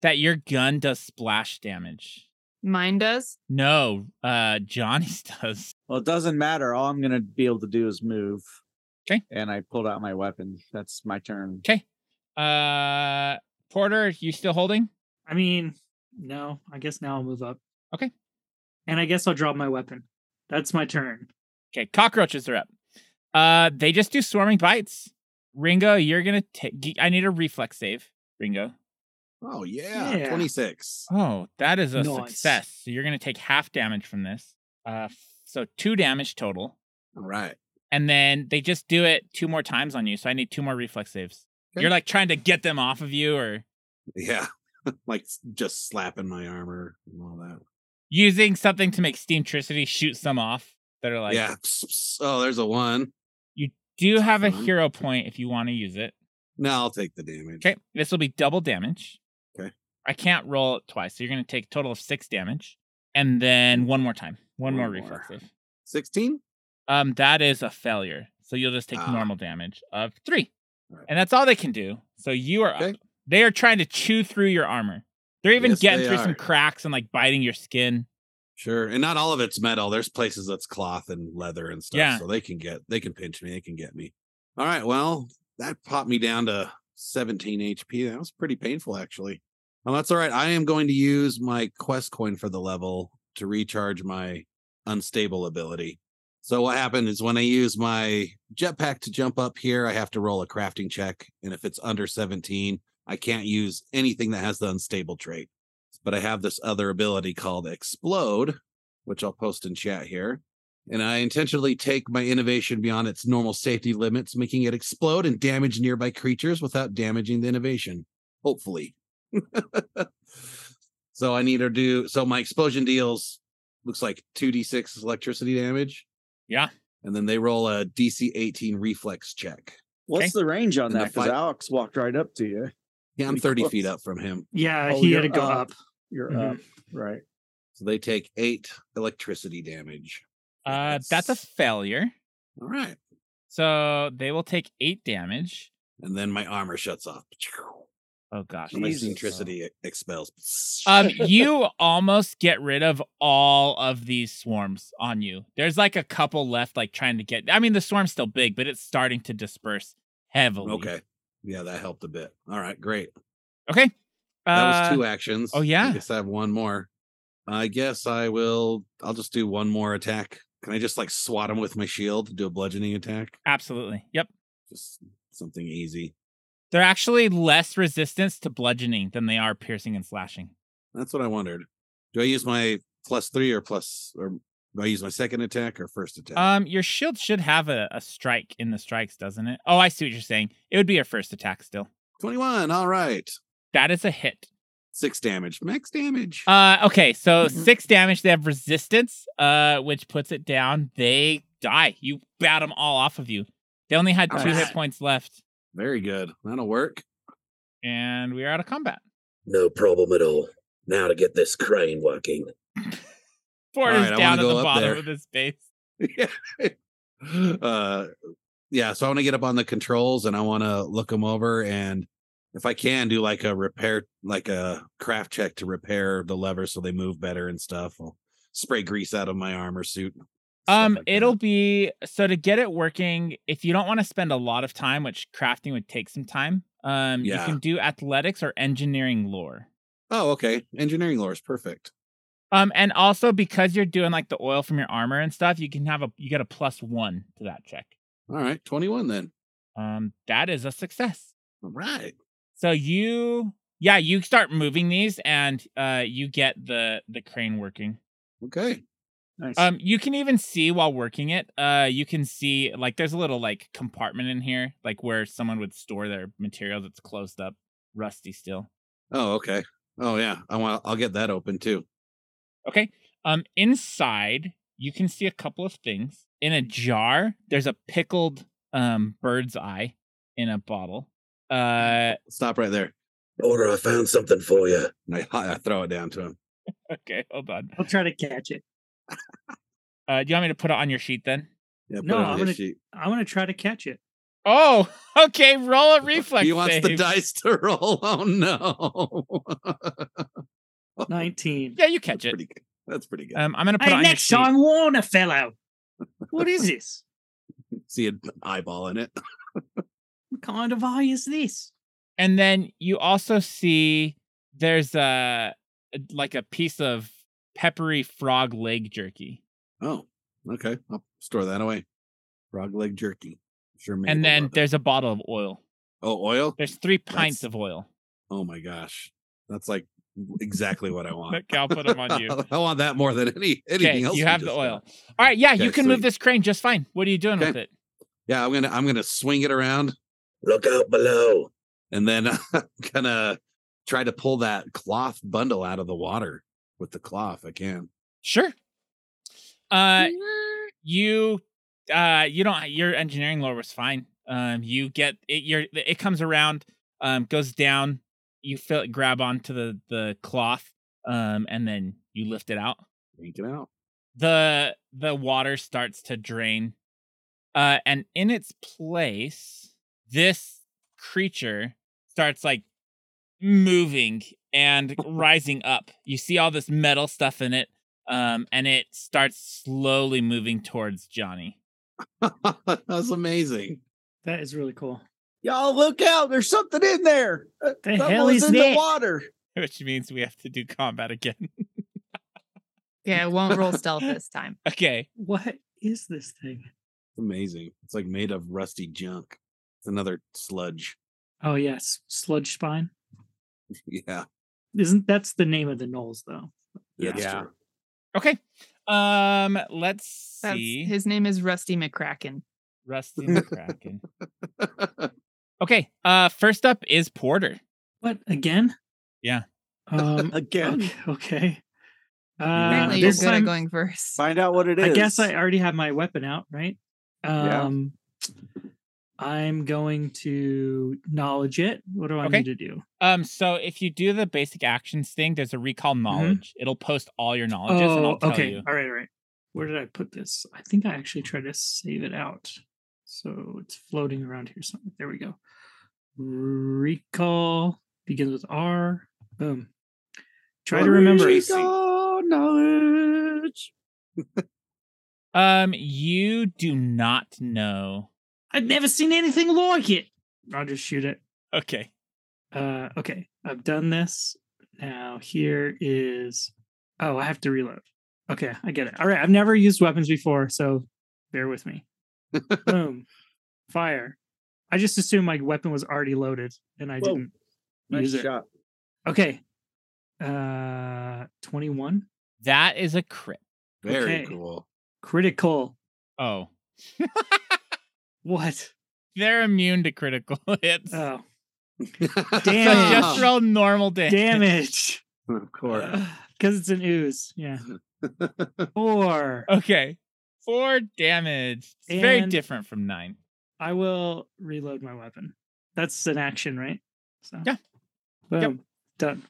that your gun does splash damage. Mine does. No, uh, Johnny's does. Well, it doesn't matter. All I'm gonna be able to do is move. 'Kay. And I pulled out my weapon. That's my turn. Okay. Uh, Porter, you still holding? I mean, no. I guess now I'll move up. Okay. And I guess I'll drop my weapon. That's my turn. Okay. Cockroaches are up. Uh, they just do swarming bites. Ringo, you're gonna take. I need a reflex save. Ringo. Oh yeah. Yeah. 26. Oh, that is a Nice. success. So you're gonna take half damage from this. Uh, f- so two damage total. All right. and then they just do it two more times on you. So I need two more reflex saves. Okay. You're like trying to get them off of you or Yeah. like s- just slapping my armor and all that. using something to make steamtricity shoot some off that are like yeah. Pss, pss. Oh, there's a one. do you have a Fun. hero point if you want to use it. No, I'll take the damage. Okay. This will be double damage. Okay. I can't roll it twice. So you're gonna take a total of six damage. And then one more time. One, One more, more. reflex save. 16? Um, that is a failure. So you'll just take Ah. normal damage of three. Alright. And that's all they can do. So you are up. Okay. They are trying to chew through your armor. They're even Yes, getting they through some are. cracks and like biting your skin. Sure. And not all of it's metal. There's places that's cloth and leather and stuff. Yeah. So they can get they can pinch me. They can get me. All right. Well, that popped me down to 17 HP. That was pretty painful actually. Well, that's all right. I am going to use my quest coin for the level to recharge my unstable ability. So what happened is when I use my jetpack to jump up here, I have to roll a crafting check. And if it's under 17, I can't use anything that has the unstable trait but I have this other ability called Explode, which I'll post in chat here. And I intentionally take my innovation beyond its normal safety limits, making it explode and damage nearby creatures without damaging the innovation, hopefully. so I need to do so my explosion deals looks like 2d6 electricity damage. Yeah. And then they roll a DC 18 reflex check. What's the range on And the that? Because fight- Alex walked right up to you. Yeah, I'm Pretty 30 close. feet up from him. Yeah, Oh, he you're had to go up. up. You're Mhm. up, right? So they take eight electricity damage. Uh, that's a Yes. failure. All right. So they will take eight damage. And then my armor shuts off. Oh gosh. My Jesus. electricity expels. Um, you almost get rid of all of these swarms on you. There's like a couple left, like trying to get. I mean, the swarm's still big, but it's starting to disperse heavily. okay. Yeah, that helped a bit. All right, great. Okay. That Uh, was two actions. oh, yeah. I guess I have one more. I guess I will. I'll just do one more attack. Can I just like swat him with my shield? Do a bludgeoning attack? Absolutely. Yep. Just something easy. They're actually less resistance to bludgeoning than they are piercing and slashing. That's what I wondered. Do I use my plus three or plus or do I use my second attack or first attack? Um, your shield should have a, a strike in the strikes, doesn't it? Oh, I see what you're saying. It would be your first attack still. 21. All right. That is a hit. Six damage. Max damage. Uh, okay, so Mm-hmm. Mhm. six damage. They have resistance, uh, which puts it down. They die. You bat them all off of you. They only had two hit Alright. points left, Very good. That'll work. and we are out of combat. No problem at all. Now to get this crane working. Four Alright, is I wanna down at go the up bottom there. of this space. Yeah. uh yeah, so I want to get up on the controls and I want to look them over and if I can do like a repair like a craft check to repair the levers so they move better and stuff. I'll spray grease out of my armor suit. stuff Um, like that. it'll be so to get it working. If you don't want to spend a lot of time, which crafting would take some time, um, you Yeah. can do athletics or engineering lore. Oh, okay. Engineering lore is perfect. Um, and also because you're doing like the oil from your armor and stuff, you can have a you get a plus one to that check. All right, 21 then. Um, that is a success. All right. So you, yeah, you start moving these, and uh, you get the the crane working. Okay. Nice. Um, you can even see while working it. Uh, you can see like there's a little like compartment in here, like where someone would store their material that's closed up, rusty still. Oh, okay. Oh yeah. I want I'll get that open too. Okay. Um, inside you can see a couple of things. In a jar, there's a pickled um bird's eye in a bottle. Uh, Stop right there. Order, I found something for you. And I, I throw it down to him. okay, hold on. I'll try to catch it. Uh, do you want me to put it on your sheet then? Yeah, put No, it on I'm his gonna- sheet. I want to try to catch it. Oh, okay. Roll a reflex. He wants the save. dice to roll. Oh no. Nineteen. Yeah, you That's catch it. pretty good. That's pretty good. Um, I'm gonna put it Hey, on next your sheet. time, warn a fellow. What is this? See an eyeball in it. What kind of eye is this? and then you also see there's a like a piece of peppery frog leg jerky Oh, okay. I'll store that away. Frog leg jerky. Sure. Mabel and then love it. there's a bottle of oil oh oil. there's three pints That's- of oil Oh my gosh, that's like exactly what I want. okay i'll put them on you I want that more than any anything okay else. you we have the just oil got. all right yeah you Okay, can move sweet. this crane just fine what are you doing Okay. with it Yeah, I'm gonna I'm gonna swing it around Look out below. and then I'm gonna try to pull that cloth bundle out of the water with the claw if I can. sure Hmm. uh you uh you don't your engineering lore was fine um you get it your it comes around um goes down you feel it grab onto the the cloth um and then you lift it out Yank it out. the the water starts to drain uh and in its place this creature starts like moving and rising up you see all this metal stuff in it um and it starts slowly moving towards johnny that was amazing. That is really cool. Y'all Oh, look out! There's something in there. Uh, The something hell was is in that? the water. which means we have to do combat again Yeah, I won't roll stealth this time. okay What is this thing? Amazing. It's like made of rusty junk. It's another sludge. Oh yes, sludge spine. Yeah. Isn't that's the name of the knolls though? that's Yeah. true. okay um let's That's, see his name is Rusty McCracken. rusty mccracken okay uh first up is porter What again? Yeah. Um. Again, okay. okay. Uh, Apparently, you're this good at time, going first. find out what it is. I guess I already have my weapon out, right? Yeah. Um, I'm going to knowledge it. What do I Okay. need to do? Um, so if you do the basic actions thing, there's a recall knowledge. It'll post all your knowledges and I'll tell Mm-hmm. Oh, okay. you. All right, all right. Where did I put this? I think I actually tried to save it out. So it's floating around here somewhere. There we go. Recall begins with R. Boom. Try to remember. Chico Oh, knowledge. Um, you do not know. I've never seen anything like it. I'll just shoot it. Okay. Uh, okay, I've done this. Now here is Oh, I have to reload. Okay, I get it. All right, I've never used weapons before, so bear with me. Boom. Fire. I just assumed my weapon was already loaded and I Whoa. didn't. Nice Use it. shot. Okay. Uh 21 That is a crit. Very Okay. cool. critical. Oh, What? they're immune to critical hits. Oh, so damn. just roll normal damage. damage. of course. Cuz it's an ooze. Yeah. 4. Okay. Four damage. It's very And- different from nine. I will reload my weapon. That's an action, right? So Yeah. Boom. Yep. Done.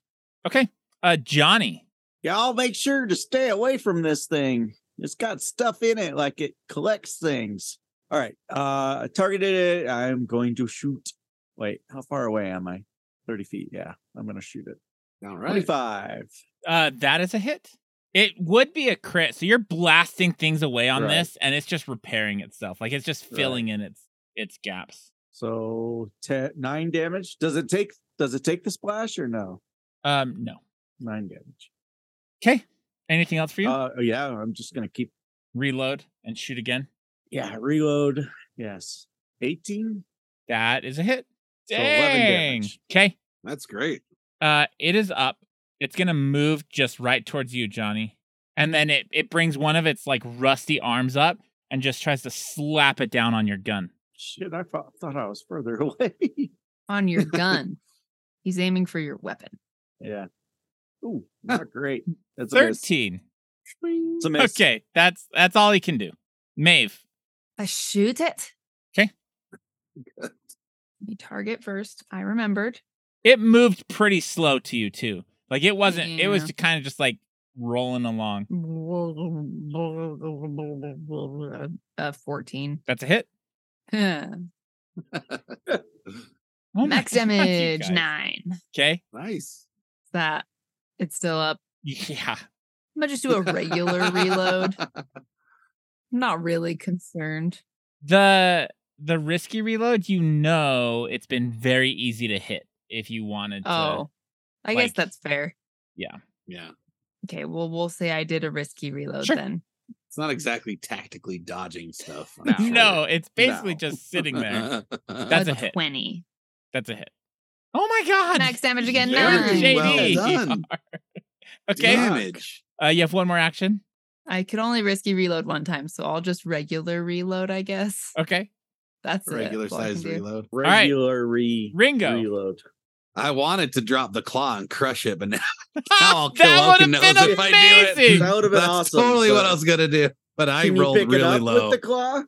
Okay. Uh, Johnny. Y'all make sure to stay away from this thing. It's got stuff in it, like it collects things. All right. Uh I targeted it. I'm going to shoot. Wait, how far away am I? 30 feet. Yeah. I'm gonna shoot it. All right. 25. Uh, that is a hit. It would be a crit. So you're blasting things away on Right. this, and it's just repairing itself. Like it's just filling in its its gaps. So ten, nine damage. Does it take does it take the splash or no? Um, no. Nine damage. Okay. Anything else for you? Uh yeah, I'm just gonna keep Reload and shoot again. yeah, reload. Yes. 18. That is a hit. So 11 Dang. damage. Okay. That's great. Uh, it is up. It's gonna move just right towards you, Johnny. And then it it brings one of its like rusty arms up and just tries to slap it down on your gun. Shit, I thought, thought I was further away. on your gun. He's aiming for your weapon. yeah. Ooh, not great. That's a miss. Thirteen. It's a miss. Okay, that's that's all he can do. Maeve. I shoot it. 'Kay. Let me target first. I remembered. It moved pretty slow to you too. Like it wasn't. It was Yeah. kind of just like rolling along. Uh, 14. That's a hit. Oh my Max God, you damage, guys. nine. Okay. Nice. That it's still up. Yeah. I'm gonna just do a regular reload. I'm not really concerned. The the risky reload. You know, it's been very easy to hit if you wanted to. Oh, I guess like- that's fair. Yeah. Okay, well, we'll say I did a risky reload Sure. then. It's not exactly tactically dodging stuff. I'm sure. No, it's basically No. just sitting there. That's a hit. 20. That's a hit. Oh my god. Max damage again, Very nine. well JD. done. Okay. Damage. Uh, you have one more action. I could only risky reload one time, so I'll just regular reload, I guess. Okay. That's it, Regular that's all I can size do. reload. right. Regular re- Ringo. reload. I wanted to drop the claw and crush it, but now, now I'll kill that Oaken would have knows been if I do it. amazing. That would have been That's awesome. totally what but I was gonna do. But I can you rolled pick it really up low. With the claw?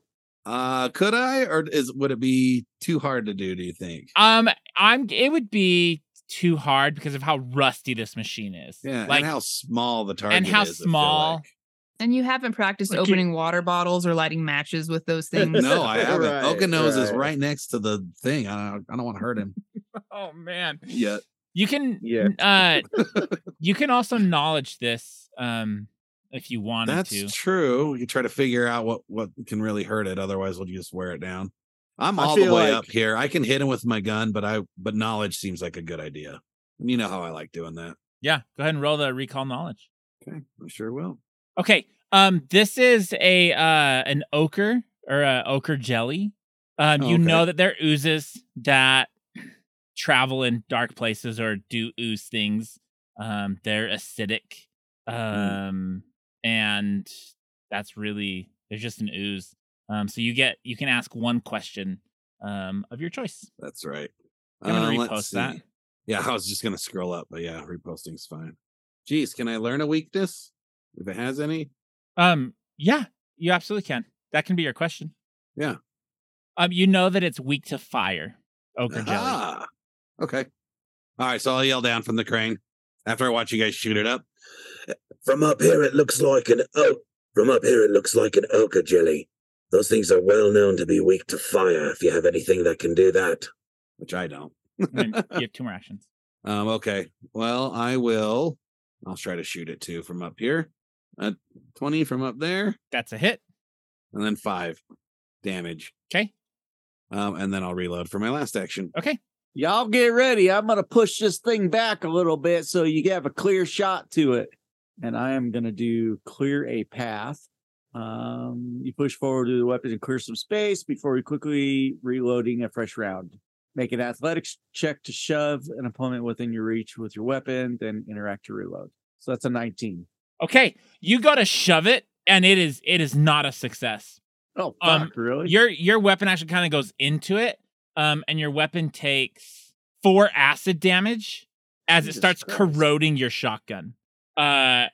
Uh could I or is would it be too hard to do, do you think? Um, I'm. It would be too hard because of how rusty this machine is. Yeah, like and how small the target and how is, I feel small. like. And you haven't practiced Like you- opening water bottles or lighting matches with those Uh, things. No, I haven't. Right, Oaken knows is right. right next to the thing. I don't, I don't want to hurt him Oh man, yet. you can. Yeah. Uh, you can also knowledge this. Um, if you wanted That's to. true. You try to figure out what what can really hurt it. Otherwise, we'll just wear it down. I'm I all the way feel like- up here. I can hit him with my gun, but I but knowledge seems like a good idea. And you know how I like doing that. Yeah. Go ahead and roll the recall knowledge. Okay, I sure will. Okay. Um, this is a uh an ochre or a ochre jelly. Um, Oh, you know okay. that they're oozes that travel in dark places or do ooze things. Um, they're acidic. Mm. Um, and that's really they're just an ooze. Um, so you get you can ask one question um of your choice. That's right. I'm gonna Uh, let's repost that. see. Yeah, I was just gonna scroll up, but yeah, reposting's fine. Jeez, can I learn a weakness if it has any? Um, yeah, you absolutely can. That can be your question. Yeah. Um, you know that it's weak to fire, ochre jelly. Ah, okay. All right, so I'll yell down from the crane after I watch you guys shoot it up. From up here, it looks like an oak. From up here, it looks like an ochre jelly. Those things are well known to be weak to fire. If you have anything that can do that, Which I don't. And then you have two more actions. Um, okay. Well, I will. I'll try to shoot it too from up here. Uh, 20 from up there, That's a hit. and then five damage. Okay. Um, and then I'll reload for my last action. Okay. Y'all get ready. I'm gonna push this thing back a little bit so you have a clear shot to it. and I am going to do clear a path. Um, you push forward with the weapon and clear some space before quickly reloading a fresh round. Make an athletics check to shove an opponent within your reach with your weapon, then interact to reload. So that's a 19. Okay, you got to shove it, and it is it is not a success. Oh, fuck, Um, really? Your your weapon actually kind of goes into it, um, and your weapon takes four acid damage as Jesus it starts Christ. Oh, corroding your shotgun. Uh,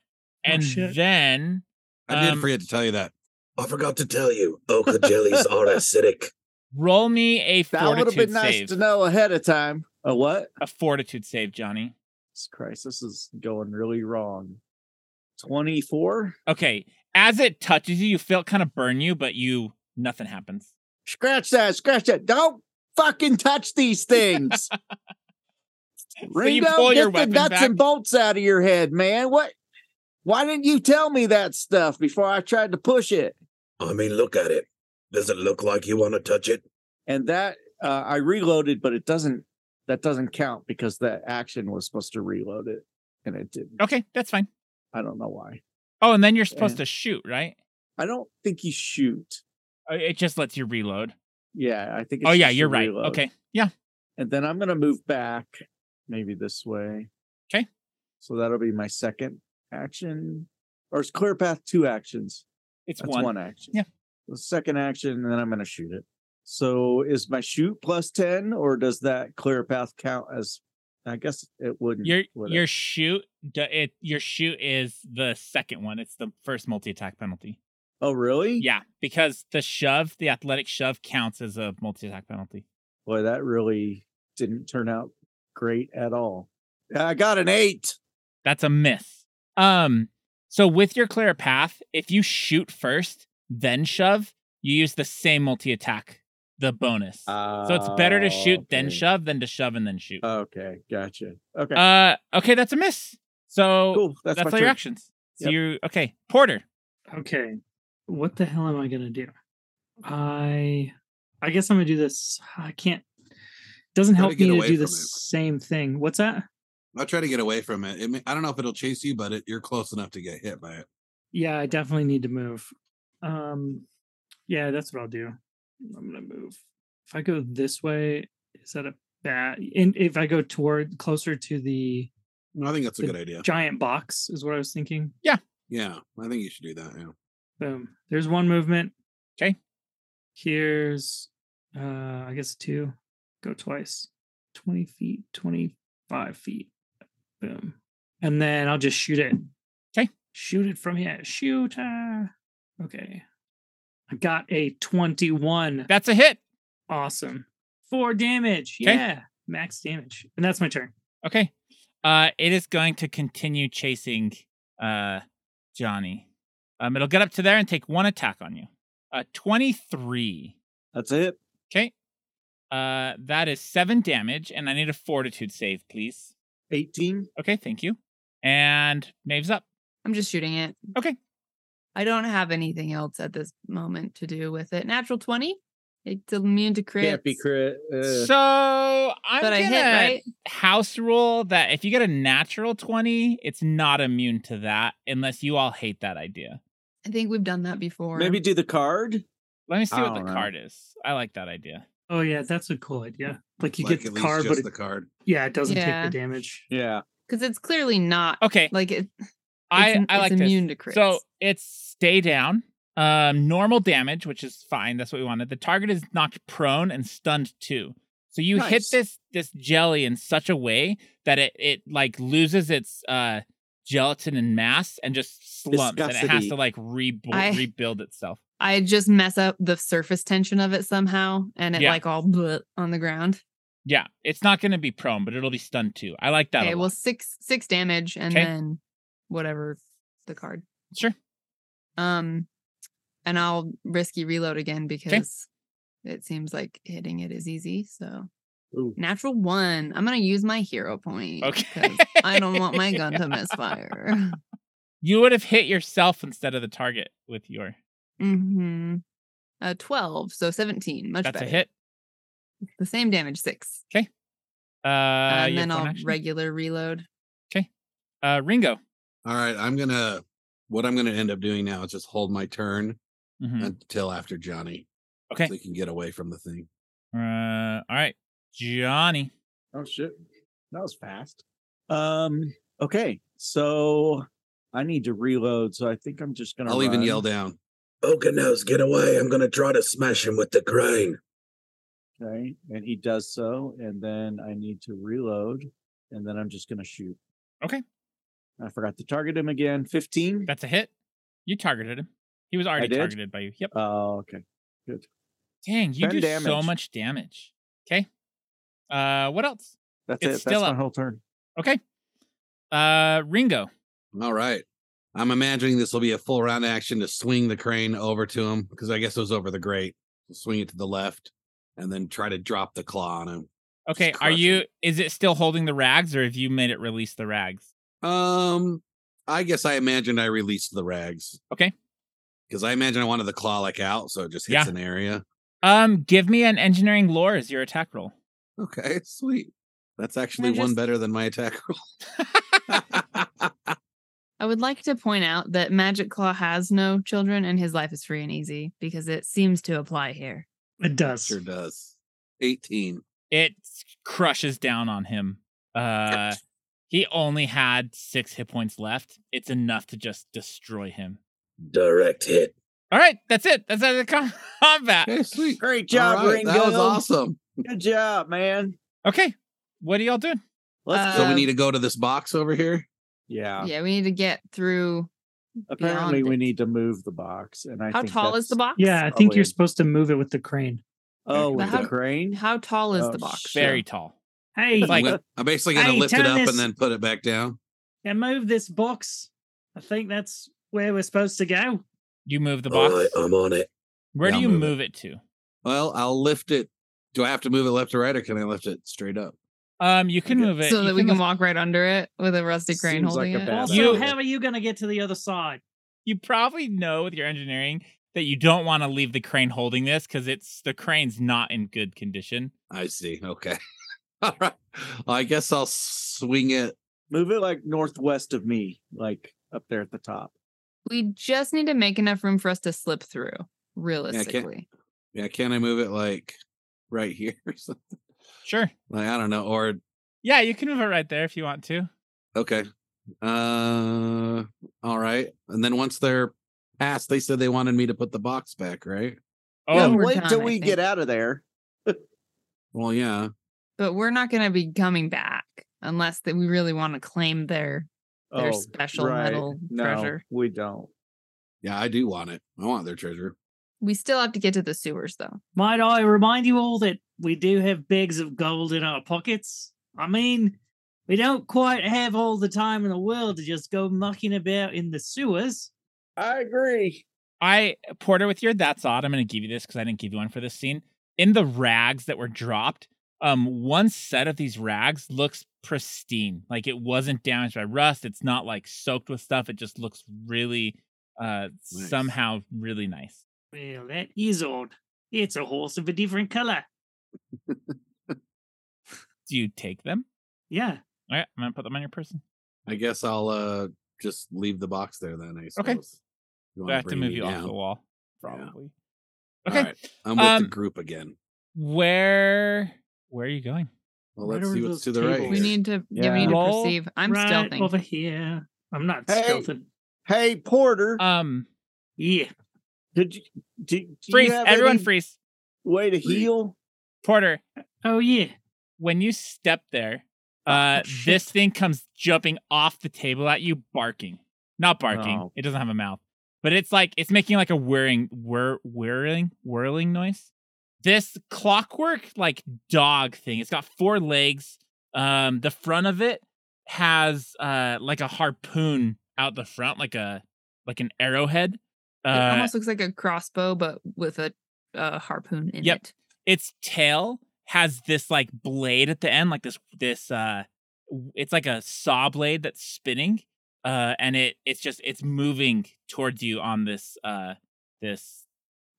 and shit. then I did Um, forget to tell you that. I forgot to tell you, Oka jellies are acidic. roll me a that would have fortitude been nice save. to know ahead of time. A what? A fortitude save, Johnny. Jesus Christ, this is going really wrong. 24? Okay, as it touches you, you feel it kind of burn you, but you nothing happens. Scratch that, scratch that. Don't fucking touch these things. Ringo, so you pull get your the weapon nuts back. and bolts out of your head, man. What? Why didn't you tell me that stuff before I tried to push it? I mean, look at it. Does it look like you want to touch it? And that uh, I reloaded, but it doesn't. That doesn't count because that action was supposed to reload it, and it didn't. Okay, that's fine. I don't know why. Oh, and then you're supposed Yeah. to shoot, right? I don't think you shoot. Uh, It just lets you reload. Yeah, I think. It's Oh yeah, just a you're right. reload. Okay, yeah. and then I'm gonna move back, maybe this way. 'Kay. So that'll be my second action, or is clear path two actions? It's That's one. one, action. Yeah. The second action, and then I'm gonna shoot it. So is my shoot plus ten, or does that clear path count as? I guess it wouldn't. Your would it? your shoot d- it your shoot is the second one. It's the first multi attack penalty. oh really? Yeah, because the shove, the athletic shove counts as a multi attack penalty. Boy, that really didn't turn out great at all. I got an eight. That's a miss. Um so with your clear path, if you shoot first, then shove, you use the same multi attack, the bonus. so it's better to shoot then Oh, Okay. shove than to shove and then shoot. Okay, gotcha. Okay, Uh okay, that's a miss. So cool. That's, that's, my all your turn. actions. So Yep. you okay, Porter. Okay. What the hell am I gonna do? I I guess I'm gonna do this. I can't doesn't Gotta help get me to away do from the it. same thing. What's that? I'll try to get away from it. it may, I don't know if it'll chase you, but it, you're close enough to get hit by it. Yeah, I definitely need to move. Um yeah, that's what I'll do. I'm gonna move. If I go this way, is that a bad and if I go toward closer to the No, I think that's a The good idea. giant box is what I was thinking. Yeah, I think you should do that. Yeah. Boom. There's one movement. 'Kay. Here's uh I guess two. Go twice. 20 feet, 25 feet. Boom. And then I'll just shoot it. 'Kay. Shoot it from here. Shoot. uh, Okay. I got a 21. That's a hit. Awesome. Four damage. 'Kay. Yeah. Max damage. And that's my turn. Okay. Uh it is going to continue chasing uh Johnny. Um it'll get up to there and take one attack on you. Uh 23. That's it. Okay. Uh that is 7 damage and I need a fortitude save, please. 18. Okay, thank you. And Maeve's up. I'm just shooting it. Okay. I don't have anything else at this moment to do with it. Natural 20. It's immune to crits. Can't be crit. uh, so I'm But gonna I hit, right? house rule that if you get a natural 20, it's not immune to that unless you all hate that idea. I think we've done that before. Maybe do the card. Let me see I Oh, what the don't know. card is. I like that idea. Oh yeah, that's a cool idea. Like you Like, get at the least card, but just it, the card. yeah, it doesn't Yeah. take the damage. Yeah. Because it's clearly not. Okay. Like it, I, It's- I it's like immune this. to crits. So it's stay down, um, normal damage, which is fine. That's what we wanted. The target is knocked prone and stunned too. So you hit Nice. this this jelly in such a way that it it like loses its uh gelatin and mass and just slumps, and it has Viscosity. to like rebuild I- rebuild itself. I just mess up the surface tension of it somehow and it Yeah. like all bleh on the ground. Yeah, it's not going to be prone, but it'll be stunned too. I like that. okay, a well lot. six six damage and Okay. then whatever the card. Sure. Um and I'll risky reload again because it seems like hitting it is easy. So Ooh. natural one. I'm gonna use my hero point. Okay. 'cause I don't want my gun to misfire. you would have hit yourself instead of the target with your. hmm Uh twelve, so seventeen. Much That's better. a hit. The same damage, six. Uh, and your then phone I'll action? regular reload. uh, Ringo. All right, I'm gonna. What I'm gonna end up doing now is just hold my turn Mhm. until after Johnny. Okay. so he can get away from the thing. Uh, all right, Johnny. Oh shit. That was fast. Um okay. So I need to reload, so I think I'm just gonna I'll even run. yell down. Okanose, Oh, get away. I'm going to try to smash him with the crane. Okay. And he does so, and then I need to reload, and then I'm just gonna shoot. Okay. I forgot to target him again. 15. That's a hit. You targeted him. He was already did? targeted by you. Yep. Oh, okay. Dang, you 10 do so damage. much damage. Okay. Uh, what else? That's It's it. still That's my up. whole turn. Okay. Uh, Ringo. All right. I'm imagining this will be a full round action to swing the crane over to him because I guess it was over the grate. Swing it to the left and then try to drop the claw on him. Okay, are crush you? Is it still holding the rags, or have you made it release the rags? Um, I guess I imagined I released the rags. Okay. Because I imagine I wanted the claw like out, so it just hits Yeah. an area. Um, give me an engineering lore as your attack roll. Okay, sweet. That's actually one just- better than my attack roll. I would like to point out that Magic Claw has no children and his life is free and easy because it seems to apply here. It does. sure does. 18. It crushes down on him. Uh, he only had six hit points left. It's enough to just destroy him. Direct hit. All right, that's it. That's out of the com- combat. Okay, sweet. Great All job, right, Ringo. That was awesome. Good job, man. Okay, what are y'all doing? Let's So Uh, we need to go to this box over here. yeah. yeah, we need to get through. Apparently beyond we it. need to move the box. And I How think tall is the that's- box? Yeah, I think Probably. you're supposed to move it with the crane. Oh, with But the how- crane? How tall is Oh, the box? shit. Very Sure. tall. Hey, Like- I'm, gonna, I'm basically going to Hey, lift it turn up this- and then put it back down. and move this box. I think that's where we're supposed to go. You move the box. All right, I'm on it. Where uh, Yeah, do I'll you move it. move it to? Well, I'll lift it. Do I have to move it left or right, or can I lift it straight up? Um, you can Okay. move it So you that we can lift- walk right under it with a rusty crane Seems like holding a bad it. Also, You- how are you going to get to the other side? You probably know with your engineering that you don't want to leave the crane holding this because it's the crane's not in good condition. I see. Okay. All right. I guess I'll swing it. Move it like northwest of me, like up there at the top. We just need to make enough room for us to slip through, realistically. Yeah, can I move it like right here or something? Sure. Like I don't know. Or Yeah, you can move it right there if you want to. okay. Uh. All right. And then once they're past, they said they wanted me to put the box back, right? Oh, yeah, Well, we're wait till done, I we think. get out of there. Well, yeah. but we're not going to be coming back unless that we really want to claim their their special metal Oh, no, treasure. We don't. Yeah, I do want it. I want their treasure. We still have to get to the sewers though. Might I remind you all that we do have bags of gold in our pockets? I mean, we don't quite have all the time in the world to just go mucking about in the sewers. I agree. I Porter with your that's odd. I'm going to give you this because I didn't give you one for this scene. In the rags that were dropped, um, one set of these rags looks pristine, like it wasn't damaged by rust. It's not like soaked with stuff. It just looks really, uh, Nice. somehow really nice. Well, that is odd. It's a horse of a different color. Do you take them? Yeah. All right, I'm going to put them on your person. I guess I'll uh just leave the box there then. I suppose. Okay. You I wanna have to bring move me you off down? the wall, Yeah. probably. All Okay. right, I'm with the Um, group again. Where where are you going? Well, right let's over see to what's to those the right. tables. We here. need to yeah, we need to Roll perceive. I'm right stealthing. over here. I'm not Hey. stealthing. Hey, Porter, Uh, Um Yeah. did you do, do freeze you have everyone any freeze. way to Freeze. heal? Porter, Oh yeah. when you step there, uh shit. this thing comes jumping off the table at you barking. Not barking. Oh. It doesn't have a mouth. But it's like it's making like a whirring whir whirring whirling noise. This clockwork like dog thing. It's got four legs. Um the front of it has uh like a harpoon out the front like a like an arrowhead. it Uh, almost looks like a crossbow, but with a, a harpoon in Yep. it. its tail has this like blade at the end like this this uh w- it's like a saw blade that's spinning uh and it it's just it's moving towards you on this uh this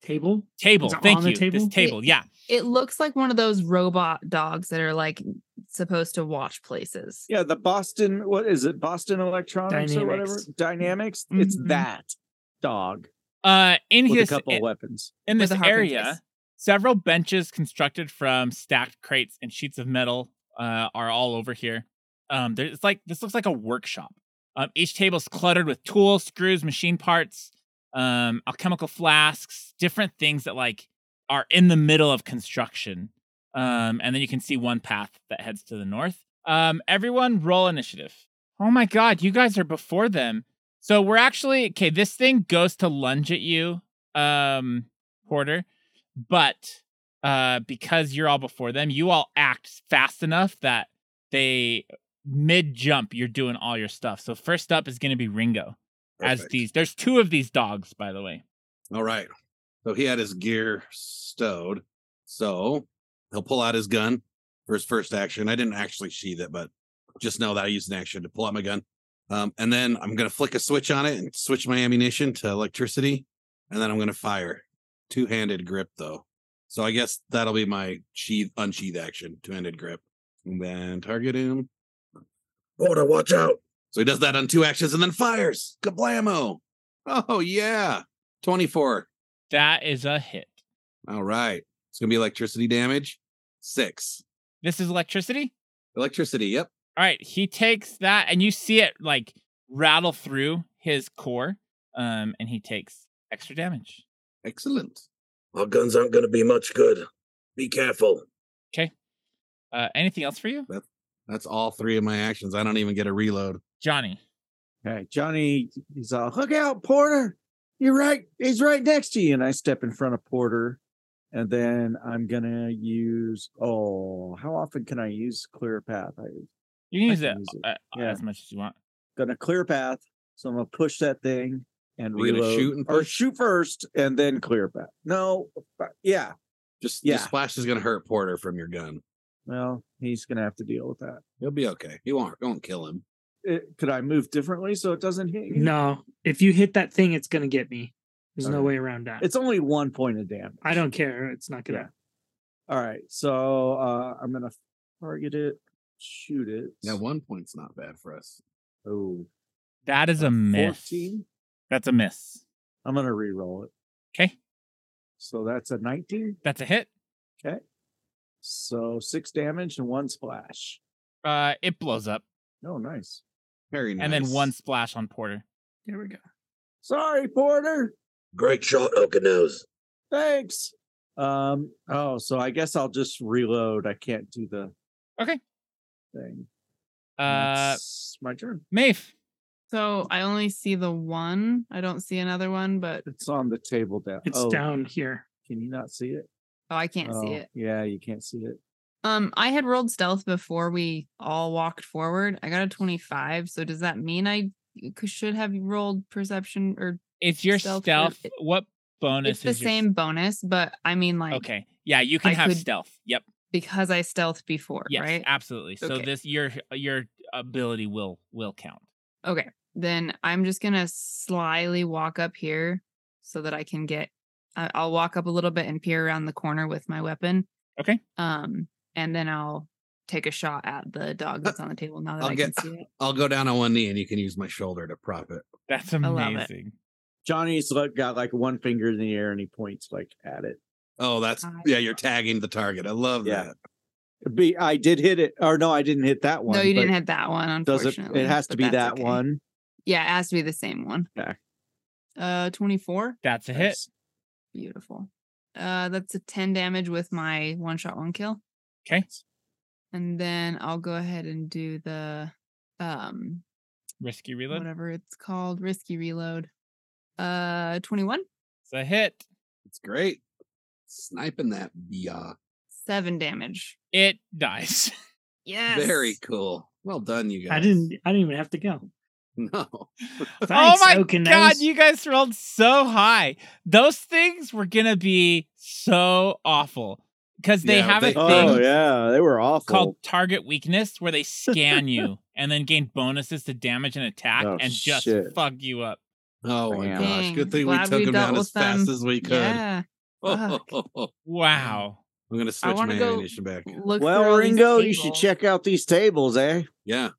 table. Table. Is it Thank on you. the This table? table. Yeah. It looks like one of those robot dogs that are like supposed to watch places. Yeah, the Boston, what is it? Boston Electronics or whatever? Dynamics. Dynamics. It's Mhm. that dog Uh, in with a his couple in, weapons. in with this a harpoon area, face. several benches constructed from stacked crates and sheets of metal uh, are all over here. Um, there, it's like this looks like a workshop. Um, each table's cluttered with tools, screws, machine parts, um, alchemical flasks, different things that like are in the middle of construction. Um, and then you can see one path that heads to the north. Um, everyone, roll initiative. Oh my god, you guys are before them. So we're actually okay. This thing goes to lunge at you, um, Porter, but uh, because you're all before them, you all act fast enough that they mid jump. You're doing all your stuff. So first up is going to be Ringo. As Perfect. these, there's two of these dogs, by the way. All right. So he had his gear stowed. So he'll pull out his gun for his first action. I didn't actually sheath it, but just know that I used an action to pull out my gun. Um, and then I'm going to flick a switch on it and switch my ammunition to electricity. And then I'm going to fire. Two handed grip, though. So I guess that'll be my sheath, unsheath action, two handed grip. And then target him. Porter, watch out. So he does that on two actions and then fires. Kablamo. Oh, yeah. 24. That is a hit. All right. It's going to be electricity damage. Six. This is electricity. Electricity. Yep. All right, he takes that, and you see it like rattle through his core, um, and he takes extra damage. Excellent. Our guns aren't going to be much good. Be careful. Uh, anything else for you, That's all three of my actions. I don't even get a reload. Johnny? Okay, Johnny, he's all, look out, Porter. You're right. He's right next to you. And I step in front of Porter. And then I'm going to use, oh, how often can I use clear path? I'm You can I use can it, use it, uh, yeah. as much as you want. going to clear path. So I'm going to push that thing and You gonna reload. shoot and or push? shoot first and then clear path. No, but- yeah. Just Yeah. the splash is going to hurt Porter from your gun. Well, he's going to have to deal with that. He'll be okay. He won't. it Won't kill him. It- could I move differently so it doesn't hit you? No, if you hit that thing, it's gonna get me. There's no Okay. way around that. It's only one point of damage. I don't care. It's not gonna. All right. So uh, I'm going to target it, shoot it. Yeah, one point's not bad for us. Oh, That is a miss. 14. That's a miss. I'm going to re-roll it. Okay, So that's a 19. that's a hit. So six damage and one splash. Uh, it blows up, Oh, nice. Very nice. and then one splash on Porter. There we go. Sorry, Porter. Great shot, oh, Okanose. Thanks. Um. Oh, so I guess I'll just reload. I can't do the Okay. thing. Uh, That's my turn. Maeve, So I only see the one. I don't see another one, but It's on the table down. It's oh, down here. Can you not see it? oh, I can't see Oh, it. Yeah, you can't see it. Um, I had rolled stealth before we all walked forward. I got a 25. So does that mean I c- should have rolled perception or it's your Stealth stealth. or- it- what bonus? it's the is your- same bonus, but I mean like Okay, yeah, you can I have could- stealth. Yep. because I stealthed before, Yes, right? absolutely. So Okay. this your your ability will will count. Okay. Then I'm just gonna slyly walk up here so that I can get I- I'll walk up a little bit and peer around the corner with my weapon. Okay. Um, and then I'll take a shot at the dog Uh, that's on the table now that I'll I get- can see it. I'll go down on one knee and you can use my shoulder to prop it. That's love it. amazing. Johnny's like got like one finger in the air and he points like at it. Oh, that's I- yeah, you're tagging the target. I love Yeah. that. It'd Be I did hit it, or no, I didn't hit that one. no, you but didn't have that one, Does it? unfortunately. It has but to be that's that okay. one. Yeah, it has to be the same one. Okay. Uh 24. That's a hit. Nice. Beautiful. Uh that's a 10 damage with my one shot one kill. Okay. And then I'll go ahead and do the um Risky reload. whatever it's called, risky reload. Uh, twenty-one, It's a hit. It's great. Sniping that. Yeah. seven damage. It dies. Yes, Very cool. Well done, you guys. I didn't. I didn't even have to go. No. Thanks, oh my Okanose. god, you guys rolled so high. Those things were gonna be so awful because they Yeah, have they- a thing Oh yeah, they were awful. called target weakness where they scan you and then gain bonuses to damage and attack Oh, and just shit. fuck you up. Oh my Damn. gosh. Good Dang. thing we Glad took we him dealt down with as fast them. as we could. Yeah. Oh, Wow. I'm gonna switch my wanna go- ammunition back. Look through well, all these Ringo, you should tables. check out these tables, eh? Yeah.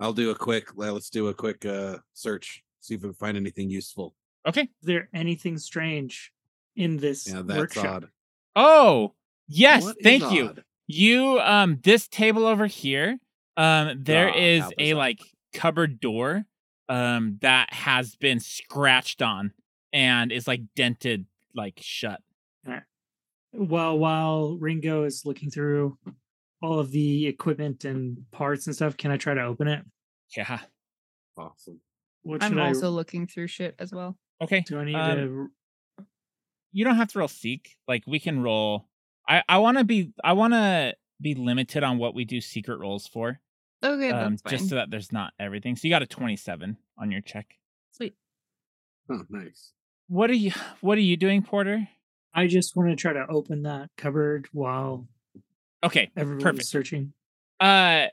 I'll do a quick le- let's do a quick uh search. See if we find anything useful. Okay. Is there anything strange in this Yeah, that's workshop? odd. Oh, yes. What is thank you. odd? You um this table over here, um there Ah, is help us a out. like cupboard door um that has been scratched on and is like dented like shut. Well, while Ringo is looking through all of the equipment and parts and stuff, can I try to open it? Yeah. Awesome. What should I'm I also looking through shit as well. Okay. do? I need um, to You don't have to roll seek. Like we can roll I I want to be I want to be limited on what we do secret rolls for. Okay, um that's fine. just so that there's not everything. So you got a 27 on your check. Sweet. Oh, nice. What are you what are you doing, Porter? I just want to try to open that cupboard while Okay. everyone's Perfect. searching. Uh,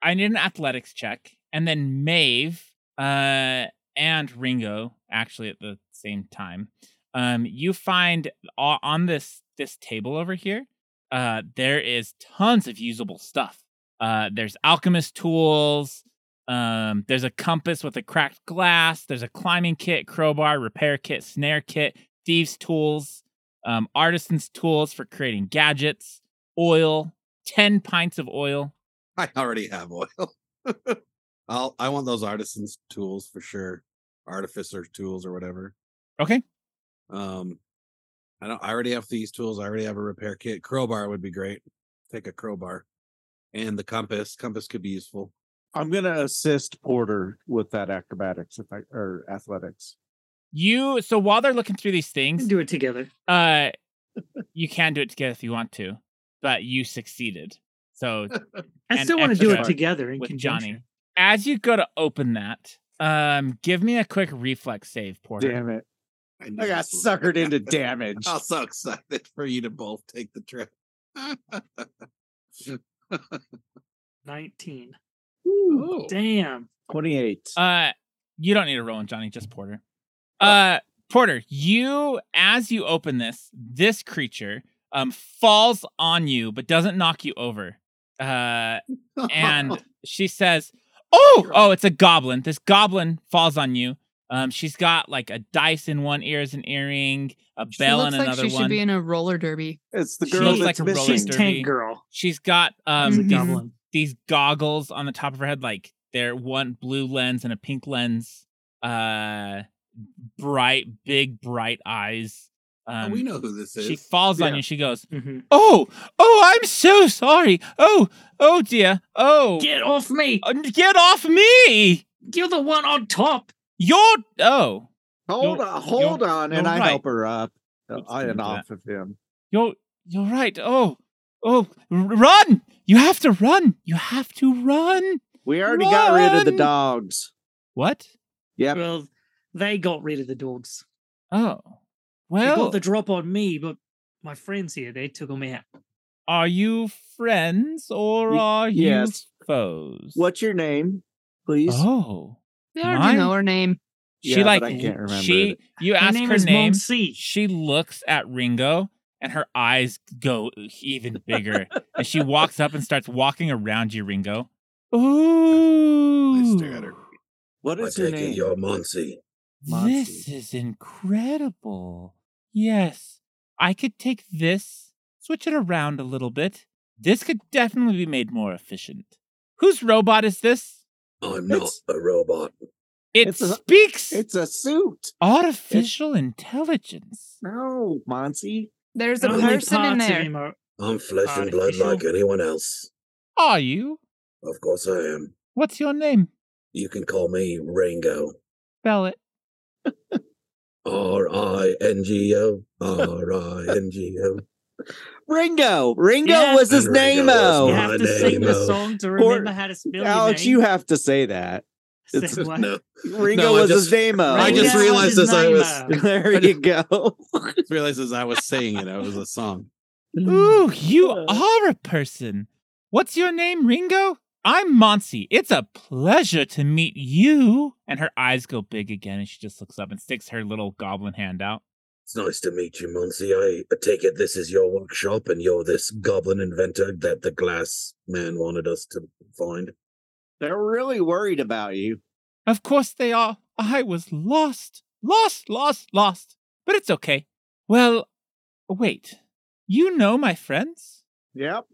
I need an athletics check, and then Maeve, uh, and Ringo actually at the same time. Um, you find o- on this this table over here, uh, there is tons of usable stuff. Uh, there's alchemist tools. Um, there's a compass with a cracked glass. There's a climbing kit, crowbar, repair kit, snare kit, thieves' tools, um, artisans' tools for creating gadgets, oil, 10 pints of oil. I already have oil. I'll I want those artisans tools for sure. Artificer tools or whatever. Okay. Um I don't I already have these tools. I already have a repair kit. Crowbar would be great. Take a crowbar. And the compass. Compass could be useful. I'm gonna assist Porter with that acrobatics if I or athletics. You so while they're looking through these We can things, do it together. uh you can do it together if you want to, but you succeeded. So I And still want to do extra it together in with conjunction. Johnny. As you go to open that, um give me a quick reflex save, Porter. Damn it. knew I got this was gonna suckered into happen. damage. I'm so excited for you to both take the trip. 19. Ooh. Damn. 28. Uh, you don't need to roll in Johnny, just Porter. Oh. Uh, Porter, you as you open this, this creature um falls on you but doesn't knock you over. Uh, and she says, "Oh, oh, it's a goblin. This goblin falls on you. Um, she's got like a dice in one ear as an earring, a She bell in looks like another she one. should be in a roller derby. it's the she girl looks that's like a roller missing. She's derby. Tank Girl. she's got She's a um these, goblin. these goggles on the top of her head, like they're one blue lens and a pink lens. Uh, bright, big, bright eyes. Oh, Um, we know who this is. she falls on Yeah. you. She goes, Mhm. "Oh, oh, I'm so sorry. Oh, oh dear. Oh, Get off me. uh, get off me." You're the one on top. You're oh, Hold You're- on, hold you're- on, and you're I right. help her up. Oops, I didn't and do that. off of him. you're you're right. Oh, oh, r- run! You have to run. You have to run. We already got rid of the Run! dogs. What? Yep. Well, they got rid of the dogs. Oh, They well, got the drop on me, but my friends here, they took them out. are you friends or Y- are yes. you foes? What's your name, please? Uh-huh. Oh, They already Mine? know her name. Yeah, she but like I can't remember she. it. You Her ask name her is name. Mom C. She looks at Ringo, and her eyes go even bigger, and she walks up and starts walking around you, Ringo. Ooh. I stare at her. What I is her take it name? you're Monty. This is incredible. Yes, I could take this, switch it around a little bit. This could definitely be made more efficient. Whose robot is this? I'm not It's- a robot. It It's a- speaks It's a suit. artificial intelligence. No, Monty. There's a Only person in parts of there. him are- I'm flesh and blood Artificial? like anyone else. Are you? Of course I am. What's your name? You can call me Ringo. Spell it. R I N G O. R I N G O. Ringo. Ringo Yes. was his And Ringo name. was You Oh, have my to sing the name-o. song to Poor- remember how to spell your Alex, name. you have to say that. Say it's- what? No, Ringo No, I was his just- name. I just Ringo was realized this, his I was- name-o. There you go. realized as I was saying it, it was a song. Ooh, you Uh. are a person. What's your name, Ringo? I'm Monsi. It's a pleasure to meet you. And her eyes go big again, and she just looks up and sticks her little goblin hand out. It's nice to meet you, Muncie. I take it this is your workshop and you're this goblin inventor that the glass man wanted us to find. They're really worried about you. Of course they are. I was lost, lost, lost, lost. But it's okay. Well, wait. You know my friends? Yep.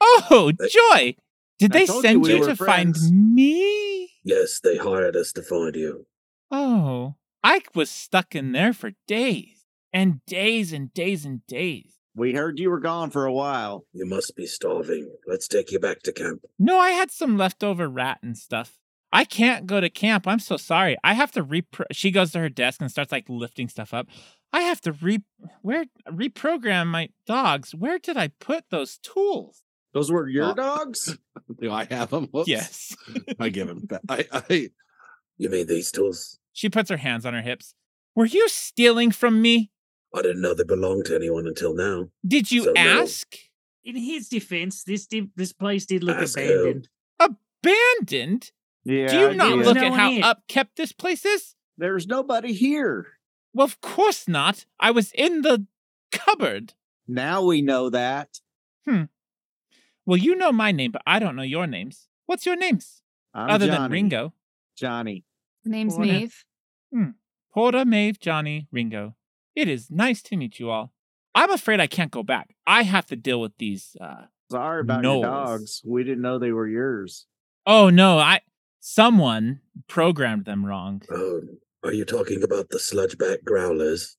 Oh, They- joy! Did I they told you send we you, were to friends. find me? Yes, they hired us to find you. Oh, I was stuck in there for days and days and days and days. We heard you were gone for a while. You must be starving. Let's take you back to camp. No, I had some leftover rat and stuff. I can't go to camp. I'm so sorry. I have to repro. She goes to her desk and starts like lifting stuff up. I have to re where reprogram my dogs. Where did I put those tools? Those were your Oh. dogs? Do I have them? Whoops. Yes. I give him. back. I, I You mean these tools? She puts her hands on her hips. Were you stealing from me? I didn't know they belonged to anyone until now. Did you So no. ask? In his defense, this did, this place did look Ask who? abandoned. Abandoned? Yeah. Do you not did. look No at one how in. upkept this place is? There's nobody here. Well, of course not. I was in the cupboard. Now we know that. Well, you know my name, but I don't know your names. What's your names? I'm Other Johnny. than Ringo. Johnny. name's Wanna- Maeve. Porter, Maeve, Johnny, Ringo. It is nice to meet you all. I'm afraid I can't go back. I have to deal with these. Uh... Sorry about Knowles. your dogs. We didn't know they were yours. Oh no! I someone programmed them wrong. Oh, are you talking about the sludgeback growlers?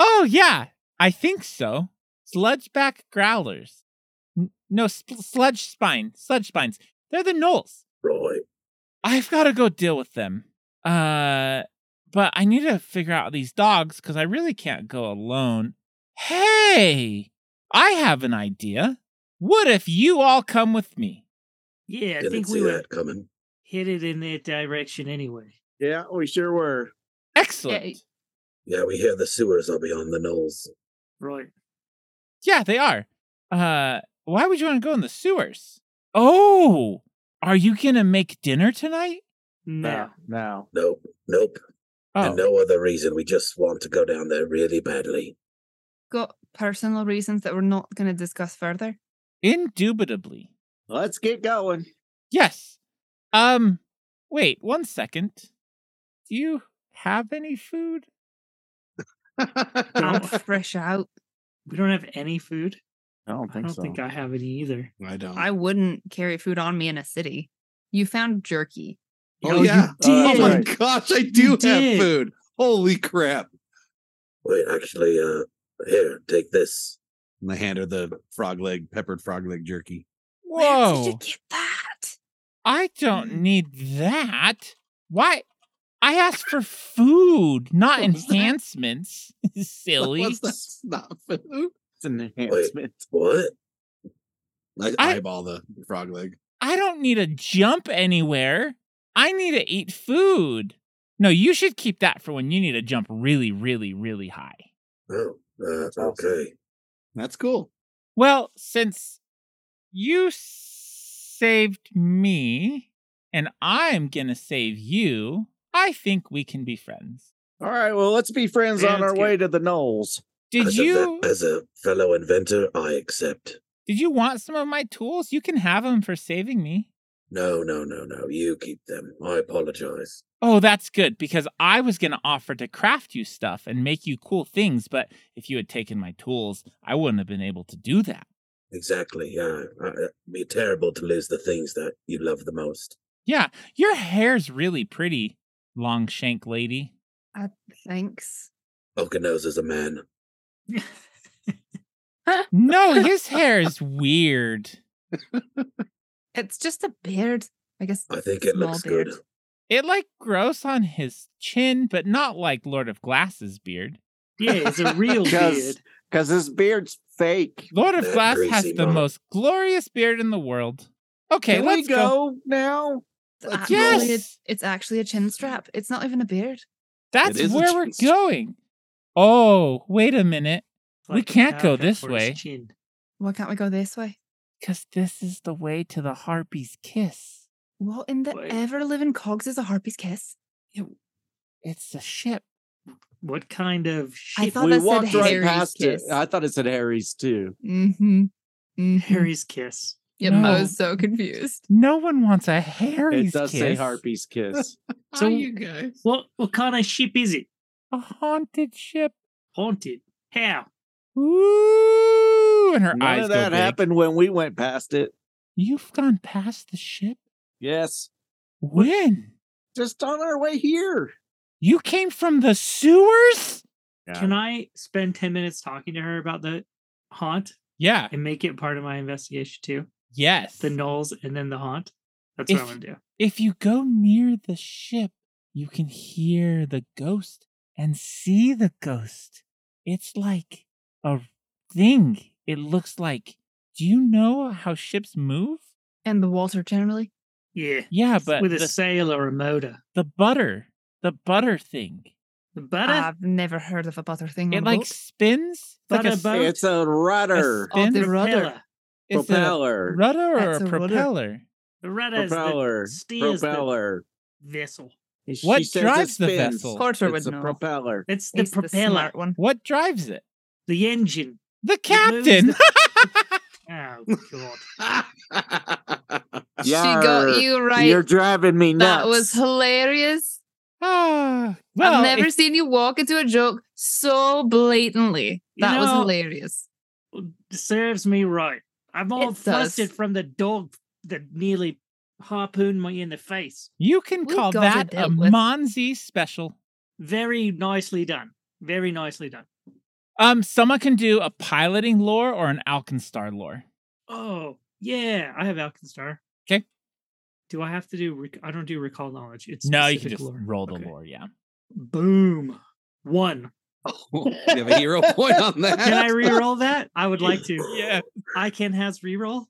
Oh yeah, I think so. Sludgeback growlers. N- no, sp- sludge spine, sludge spines. They're the gnolls. Right. I've got to go deal with them. Uh, but I need to figure out these dogs because I really can't go alone. Hey, I have an idea. What if you all come with me? Yeah, I didn't think see we were that coming. headed in that direction anyway. Yeah, we sure were. Excellent. Yeah, Yeah, we hear the sewers are beyond the knolls. Right. Yeah, they are. Uh, why would you want to go in the sewers? Oh, are you gonna make dinner tonight? No. Now. Nope, nope, Oh, and no other reason. We just want to go down there really badly. Got personal reasons that we're not going to discuss further. indubitably. Let's get going. Yes. Um, wait one second. Do you have any food? I'm Don't- fresh out. we don't have any food. I don't I think don't so. think I have any either. I don't. I wouldn't carry food on me in a city. You found jerky. oh yeah. You oh did. my right. gosh, I do have did. food. Holy crap! Wait, actually, uh, here, take this. And they hand her the frog leg, peppered frog leg jerky. Where Whoa. did you get that? I Mm. don't need that. Why? I asked for food, not What was that? enhancements. Silly. What's that? It's not food. it's an enhancement. What? Like I- eyeball the frog leg. I don't need to jump anywhere. I need to eat food. No, you should keep that for when you need to jump really, really, really high. Oh, uh, awesome. okay. That's cool. Well, since you saved me and I'm going to save you, I think we can be friends. All right, well, let's be friends Yeah, on let's our get- way to the Knolls. Did as, a ve- you as a fellow inventor, I accept. did you want some of my tools? You can have them for saving me. No, no, no, no. You keep them. I apologize. Oh, that's good because I was going to offer to craft you stuff and make you cool things, but if you had taken my tools, I wouldn't have been able to do that. Exactly. Yeah, I- it'd be terrible to lose the things that you love the most. Yeah, your hair's really pretty, long shank lady. Thanks. Okanos is a man. No, his hair is weird. It's just a beard. I guess I think it Small looks beard. good. It like grows on his chin, but not like Lord of Glass's beard. Yeah, it's a real Because- beard. Because this beard's fake. Lord of That Glass has greasy the mop. most glorious beard in the world. Okay, Can let's we go, Oh, now? it's Let's actually a- Uh, Yes! it's actually a chin strap. It's not even a beard. That's is a where we're chin strap. going. Oh, wait a minute. It's We like a can't go haircut this for his way. Chin. Why can't we go this way? Because this is the way to the harpy's kiss. Well, in the Wait. ever living cogs is a harpy's kiss. It's a ship. What kind of I shit? Oh, thought we that said walked right Harry's past kiss. it. I thought it said Harry's too. Mm-hmm. Harry's kiss. Yep, No. I was so confused. No one wants a It Harry's does kiss. say Harpy's kiss. Ah, So- guys? What what kind of ship is it? A haunted ship. Haunted. How? Ooh, and her None eyes of go that big. happened when we went past it. You've gone past the ship. Yes, When just on our way here. you came from the sewers? Can I spend 10 minutes talking to her about the haunt Yeah. and make it part of my investigation too? Yes. The nulls and then the haunt? That's If- what I'm gonna do. If you go near the ship, you can hear the ghost and see the ghost. It's like a thing. It looks like. Do you know how ships move? And the Walter generally. Yeah. Yeah, but With a the, sail or a motor. the butter, the butter thing, The butter? I've never heard of a butter thing. it on like a boat. spins. It's like a, Mm-hmm. Butter s- boat? It's a rudder, spin the propeller. rudder. it's a propeller, rudder or That's a a rudder. propeller. The rudder is propeller, the steers the propeller. vessel. She What says it drives the spins. vessel? Porter it's would a know. propeller. It's the He's the propeller. smart one. What drives it? the engine. The moves captain. Oh god. She got Yarr, you right. You're driving me nuts. That was hilarious. Ah, well, I've never if- seen you walk into a joke so blatantly. You That was know- hilarious. Serves me right. I'm all It does. flustered from the dog that nearly harpooned me in the face. you can we call got it that a dealt with. Monzi special. Very nicely done. Very nicely done. Um, someone can do a piloting lore or an Alkenstar lore. Oh yeah, I have Alkenstar. 'Kay. Do I have to do? Rec- I don't do recall knowledge. It's No, you can specific just lore. roll the Okay. lore. Yeah. Boom. One. you have a hero point on that. Can I re-roll that? I would like to. Yeah. I can has re-roll.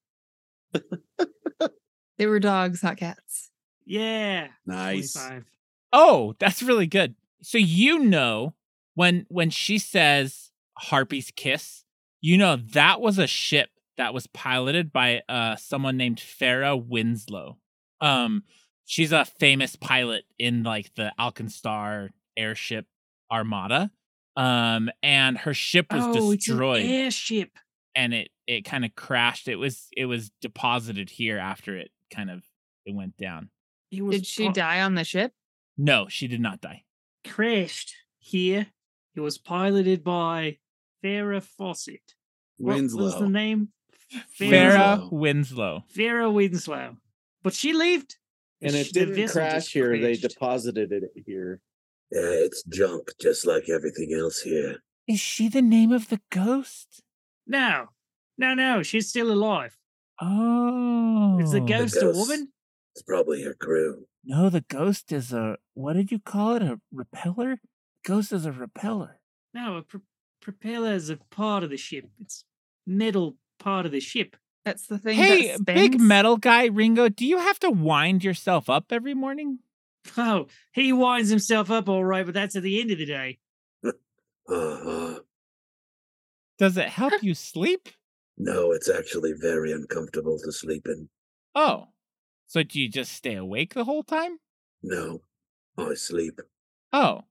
They were dogs, not cats. Yeah. nice. 25. Oh, that's really good. So you know when when she says Harpy's kiss, you know that was a ship that was piloted by uh someone named Farah Winslow. Um she's a famous pilot in like the Alkenstar airship armada. Um and her ship was oh, destroyed It's an airship. and it it kind of crashed. It was it was deposited here after it kind of it went down. It was Did she pi- die on the ship? No, she did not die. crashed here. It was piloted by Farah Fawcett. Winslow. What was the name? Farah. Farah Winslow. Farah Winslow. But she lived. and Sh- it the didn't vessel crash just here. They crashed. deposited it here. Yeah, it's junk, just like everything else here. Is she the name of the ghost? No. No, no. She's still alive. Oh, Is the ghost a ghost. woman? It's probably her crew. No, the ghost is a what did you call it? A repeller? Ghost is a repeller. No, a pro- propeller is a part of the ship. It's metal part of the ship. That's the thing. Hey, that big spins. metal guy Ringo, do you have to wind yourself up every morning? Oh, he winds himself up all right, but that's at the end of the day. Uh-huh. Does it help you sleep? No, it's actually very uncomfortable to sleep in. Oh, so do you just stay awake the whole time? No, I sleep, Oh,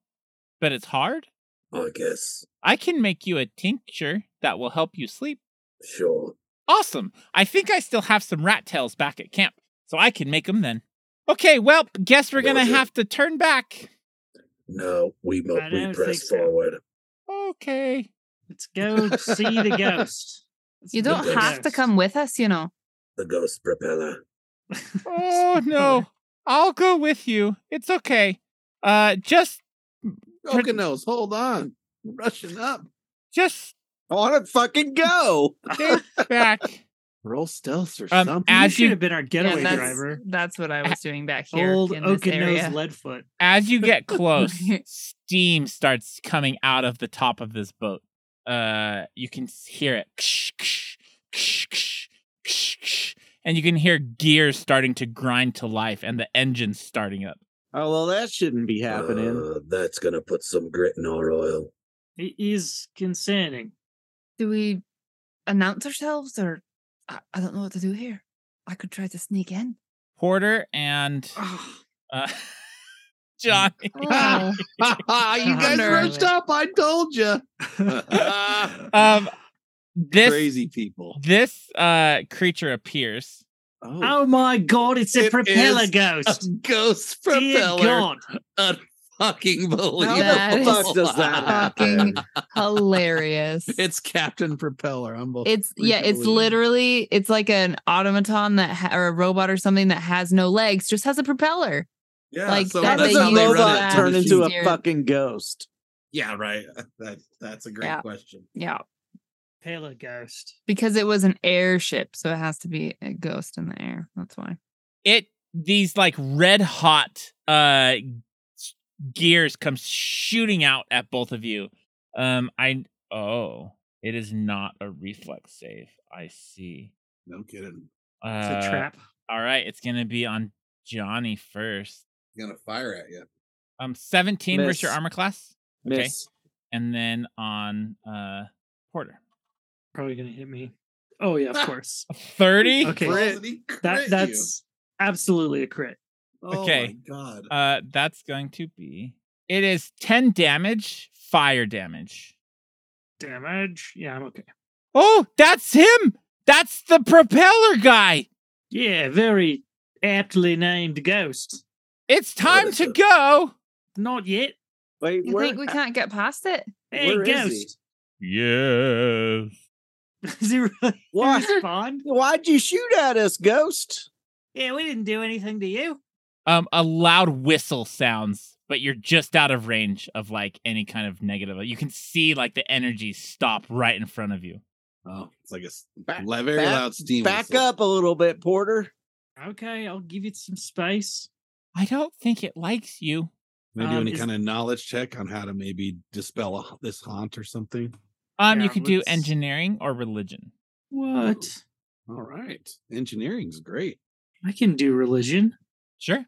but it's hard. I guess. I can make you a tincture that will help you sleep. Sure. Awesome. I think I still have some rat tails back at camp, so I can make them then. Okay, well, guess we're gonna Roger. have to turn back. No, we mo- I we don't think press so. forward. Okay. Let's go see the ghost. Let's You go don't see the have to ghost. come with us, you know. The ghost propeller. Oh no. I'll go with you. It's okay. Uh just Kokonos, hold on. Rushing up. just I want to fucking go. stay back. Roll stealth or Um, something. You as should you have been our Yeah, getaway that's, driver. that's what I was doing back here Old in this Okinos area. Leadfoot. as you get close, steam starts coming out of the top of this boat. Uh, you can s- hear it, ksh, ksh, ksh, ksh, ksh, ksh, and you can hear gears starting to grind to life and the engines starting up. Oh well, that shouldn't be happening. Uh, that's gonna put some grit in our oil. It is concerning. Do we announce ourselves or I, I don't know what to do here. I could try to sneak in. Porter and Oh, uh, Johnny. Ah, you guys Connor. roached up. I told you. Um, this Crazy people. this uh creature appears. Oh, Oh my god, it's a It propeller is ghost. ghost Dear propeller. god. Fucking believable. That is fuck does that happen? fucking hilarious. It's Captain Propeller. I'm both. It's yeah, it's Unbelievable. literally it's like an automaton that ha- or a robot or something that has no legs, just has a propeller. yeah, like, so that How that's does they a how use they run that robot it turn to the into a sheep. fucking ghost? Yeah, right. Uh, That that's a great Yeah. question. Yeah, Propeller ghost. because it was an airship, so it has to be a ghost in the air. That's why. It these like red hot uh s- gears come shooting out at both of you. Um, I oh, it is not a reflex save. I see. No kidding. Uh, It's a trap. All right, it's gonna be on Johnny first. gonna fire at you. Um, seventeen versus your Miss. armor class, Okay. Miss. and then on uh Porter Probably gonna hit me. Oh yeah, of course. thirty. Okay. Crit. He crit That you. that's absolutely a crit. Oh okay. my god. Uh, that's going to be. It is ten damage, fire damage. Damage. Yeah, I'm okay. Oh, that's him. That's the propeller guy. Yeah, very aptly named ghost. It's Oh, time that's to a- go. Not yet. Wait, You where? think we can't get past it? Hey, Where is ghost. Yes. Is he really Why? respond? Why'd you shoot at us, ghost? Yeah, we didn't do anything to you. Um, a loud whistle sounds, but you're just out of range of like any kind of negative. You can see like the energy stop right in front of you. Oh, it's like a s- Back- la- very back- loud steam. Back whistle. up a little bit, Porter. Okay, I'll give it some space. I don't think it likes you. Can I do Um, any is- kind of knowledge check on how to maybe dispel a, this haunt or something? Um, you Yeah, could do let's- engineering or religion. What? All right, engineering's great. I can do religion. Sure.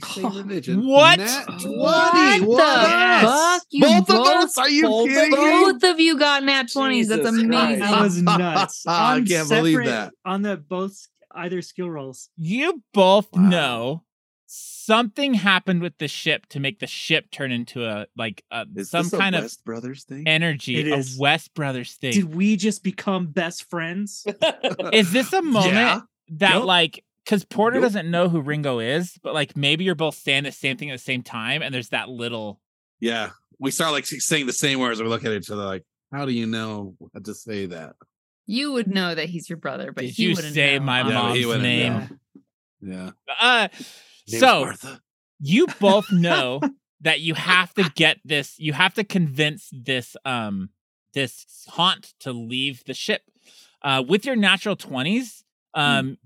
say Oh, religion. what? Nat 20, What the Uh, what up? fuck? You Both of both- us? Are you both of kidding me? Both of you got nat twenties. That's Jesus Christ. amazing. That was nuts. I On can't believe separate- that. On the both either skill rolls. You both Wow. know something happened with the ship to make the ship turn into a like a, Is some this a kind West Brothers of thing. energy, It a is. West Brothers thing. Did we just become best friends? is this a moment Yeah. that Yup. like because Porter Yup. doesn't know who Ringo is, but like maybe you're both saying the same thing at the same time, and there's that little Yeah, we start like saying the same words. We look at each other like, "How do you know what to say that?" You would know that he's your brother, but Did he you wouldn't say know, my Yeah, but obviously. he mom's wouldn't name? know. Yeah. Uh, Name's so Martha. you both know that you have to get this you have to convince this um this haunt to leave the ship uh with your natural 20s um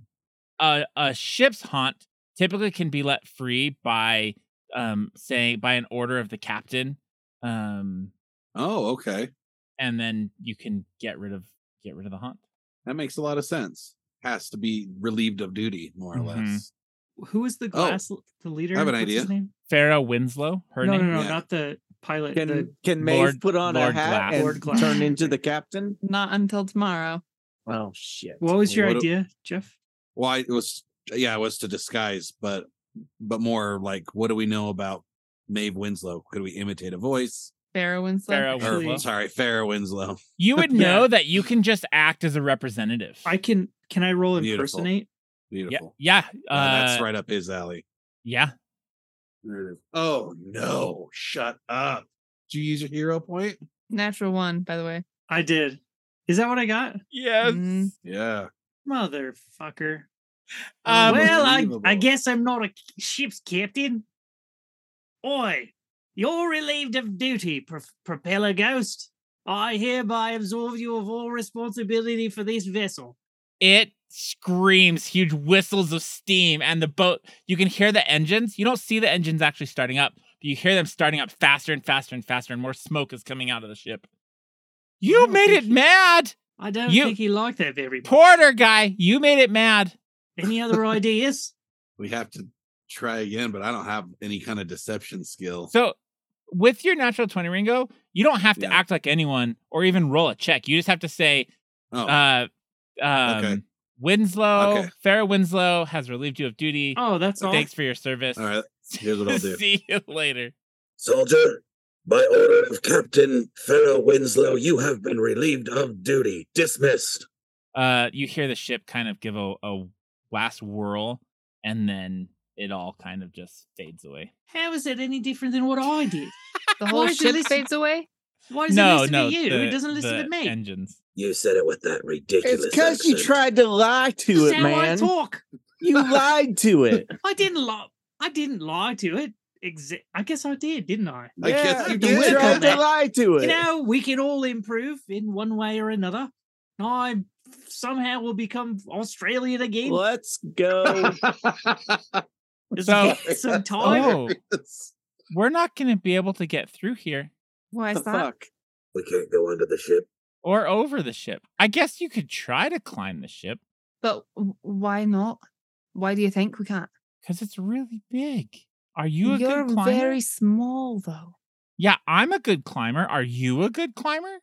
a, a ship's haunt typically can be let free by um saying by an order of the captain um Oh, okay. and then you can get rid of get rid of the haunt That makes a lot of sense. Has to be relieved of duty, more or Mhm. less. Who was the glass? the leader. Oh. I have an What's his idea. name? Farah Winslow her no, name no, no, Yeah. not the pilot. Can the, can Maeve Lord- put on Lord a hat Glass. and Lord Glass. turn into the captain? Not until tomorrow. Oh shit! what was your What a- idea, Jeff? Well, I- it was yeah, it was to disguise, but but more like, what do we know about Maeve Winslow? Could we imitate a voice? Farrah Winslow. Farrah Or Winslow. sorry, Farrah Winslow. you would Yeah. know that you can just act as a representative I can. Can I roll Beautiful. impersonate? yeah Beautiful. yeah Uh, uh, that's right up his alley. yeah Oh no! Shut up. Did you use your hero point? Natural one, by the way. I did. Is that what I got? yes Mm. Yeah. Motherfucker. Uh, Um, well, I, I Unbelievable. guess I'm not a ship's captain. Oi, you're relieved of duty, pro- Propeller Ghost. I hereby absolve you of all responsibility for this vessel. it screams huge whistles of steam and the boat you can hear the engines you don't see the engines actually starting up but you hear them starting up faster and faster and faster and more smoke is coming out of the ship you don't made think it he- mad I don't You- think he liked that very much. porter guy you made it mad Any other ideas? We have to try again, but I don't have any kind of deception skill. so with your natural 20 ringo you don't have to Yeah. act like anyone or even roll a check you just have to say oh, uh Um, Okay. Winslow, Okay. Farrah Winslow has relieved you of duty. Oh, that's all. Thanks for your service. All right, here's what I'll do. See you later. Soldier, by order of Captain Pharaoh Winslow, you have been relieved of duty. Dismissed. Uh, you hear the ship kind of give a, a last whirl, and then it all kind of just fades away. How is it any different than what I did? The whole Why is it ship listen- fades away. Why does no, it listen no, to you? the- it doesn't listen the to me. Engines. You said it with that ridiculous. It's because you accent. tried to lie to This it, is how I man. talk. You lied to it. I didn't lie. I didn't lie to it. Exa- I guess I did, didn't I? I guess Yeah, you you did. tried to That- lie to it. You know, we can all improve in one way or another. I somehow will become Australian again. Let's go. Just So- get some time. Oh, we're not going to be able to get through here Why the is that? fuck? We can't go under the ship. or over the ship. I guess you could try to climb the ship But w- why not? Why do you think we can't? because it's really big. Are you a are good climber? very small, though. Yeah, I'm a good climber. Are you a good climber?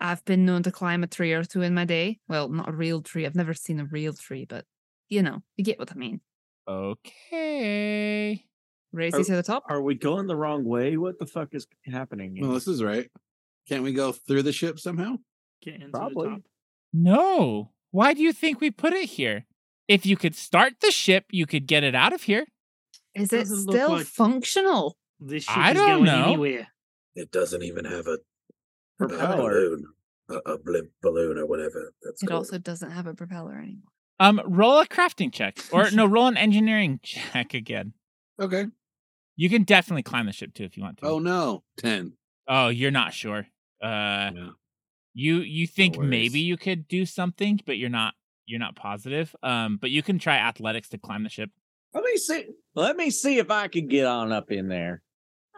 I've been known to climb a tree or two in my day. Well, not a real tree. I've never seen a real tree, but you know, you get what I mean. Okay. Raise you Oh, to the top. Are we going the wrong way? What the fuck is happening? here? Well, this is right. Can't we go through the ship somehow? Get into Probably. the top. No. Why do you think we put it here? If you could start the ship, you could get it out of here. Is it doesn't look still like- functional? This ship I is don't going know. anywhere. It doesn't even have a, a Propeller. balloon, a, a blimp balloon or whatever. That's It called. also doesn't have a propeller anymore. Um, roll a crafting check. Or no, roll an engineering check again. Okay. You can definitely climb the ship too if you want to. Oh no, ten. Oh, you're not sure. Uh Yeah. you you think worries. maybe you could do something, but you're not you're not positive. Um, but you can try athletics to climb the ship. Let me see. Let me see if I can get on up in there.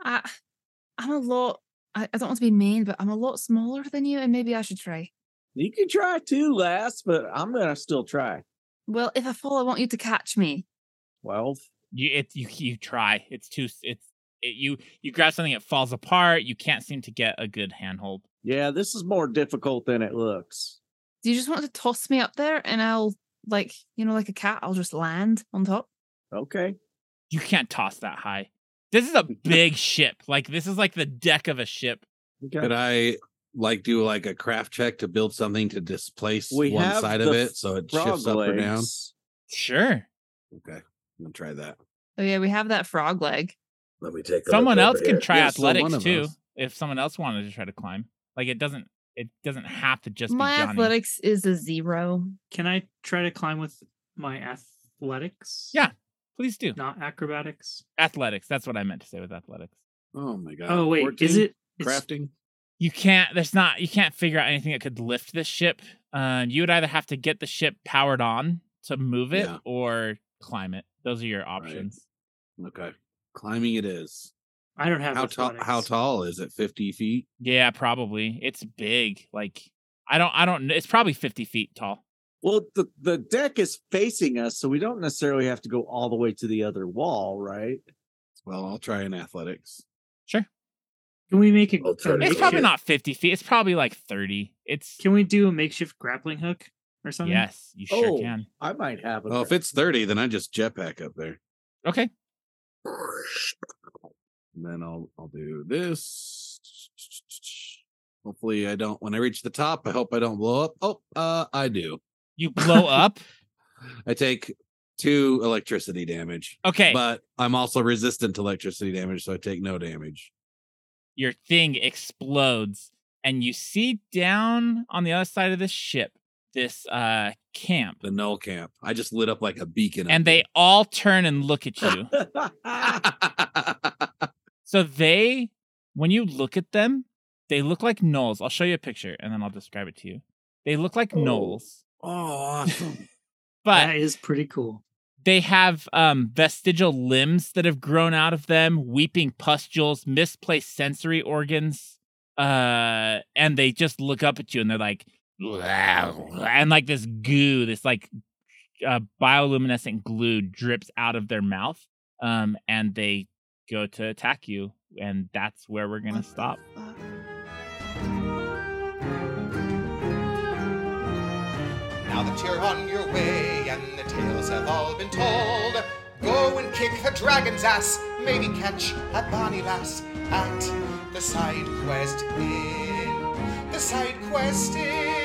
I, I'm a lot. I, I don't want to be mean, but I'm a lot smaller than you, and maybe I should try. You can try too, last, but I'm gonna still try. Well, if I fall, I want you to catch me. Twelve. You it you you try. It's too s- it's it, you you grab something, it falls apart. You can't seem to get a good handhold. Yeah, this is more difficult than it looks. Do you just want to toss me up there, and I'll like you know, like a cat, I'll just land on top. Okay. You can't toss that high. This is a big ship. Like this is like the deck of a ship. okay. Could I like do like a craft check to build something to displace We one have side the of it so it frog shifts up or down? legs. Sure. Okay, I'm gonna try that. Oh yeah, we have that frog leg. Let me take a Someone look else over can here. try Yeah, so one athletics of too. us. If someone else wanted to try to climb, like it doesn't it doesn't have to just My be Johnny. athletics is a zero. Can I try to climb with my athletics? Yeah. Please do Not acrobatics. athletics. That's what I meant to say with athletics. Oh my Uh, god. Oh wait, 14? is it it's- crafting? you can't there's not you can't figure out anything that could lift this ship um you would either have to get the ship powered on to move it Yeah. or climb it those are your options Okay, climbing it is. I don't have How tall? How athletics. tall is it? Fifty feet. yeah probably it's big like i don't i don't kn- it's probably 50 feet tall Well, the the deck is facing us, so we don't necessarily have to go all the way to the other wall, right? Well, I'll try an athletics. Can we make a, I'll try a to it's Okay. probably makeshift- not 50 feet it's probably like 30 it's Can we do a makeshift grappling hook or something? yes you sure Oh. can I might have. A Well, if it's thirty, then I just jetpack up there. okay And then I'll I'll do this. Hopefully I don't when I reach the top, I hope I don't blow up. Oh, uh I do. you blow up I take two electricity damage. okay But I'm also resistant to electricity damage, so I take no damage. your thing explodes and you see down on the other side of this ship this uh camp The null camp. I just lit up like a beacon. up and they all turn and look at you it's there. So they, when you look at them, they look like gnolls. I'll show you a picture and then I'll describe it to you. They look like Oh. gnolls, Oh awesome. but that is pretty cool. they have um, vestigial limbs that have grown out of them, weeping pustules, misplaced sensory organs, uh, and they just look up at you and they're like, and like this goo, this like uh, bioluminescent glue drips out of their mouth, um, and they go to attack you, and that's where we're gonna stop. Now that you're on your way and the tales have all been told, go and kick the dragon's ass, maybe catch a bonny lass at the side quest inn. The side quest inn.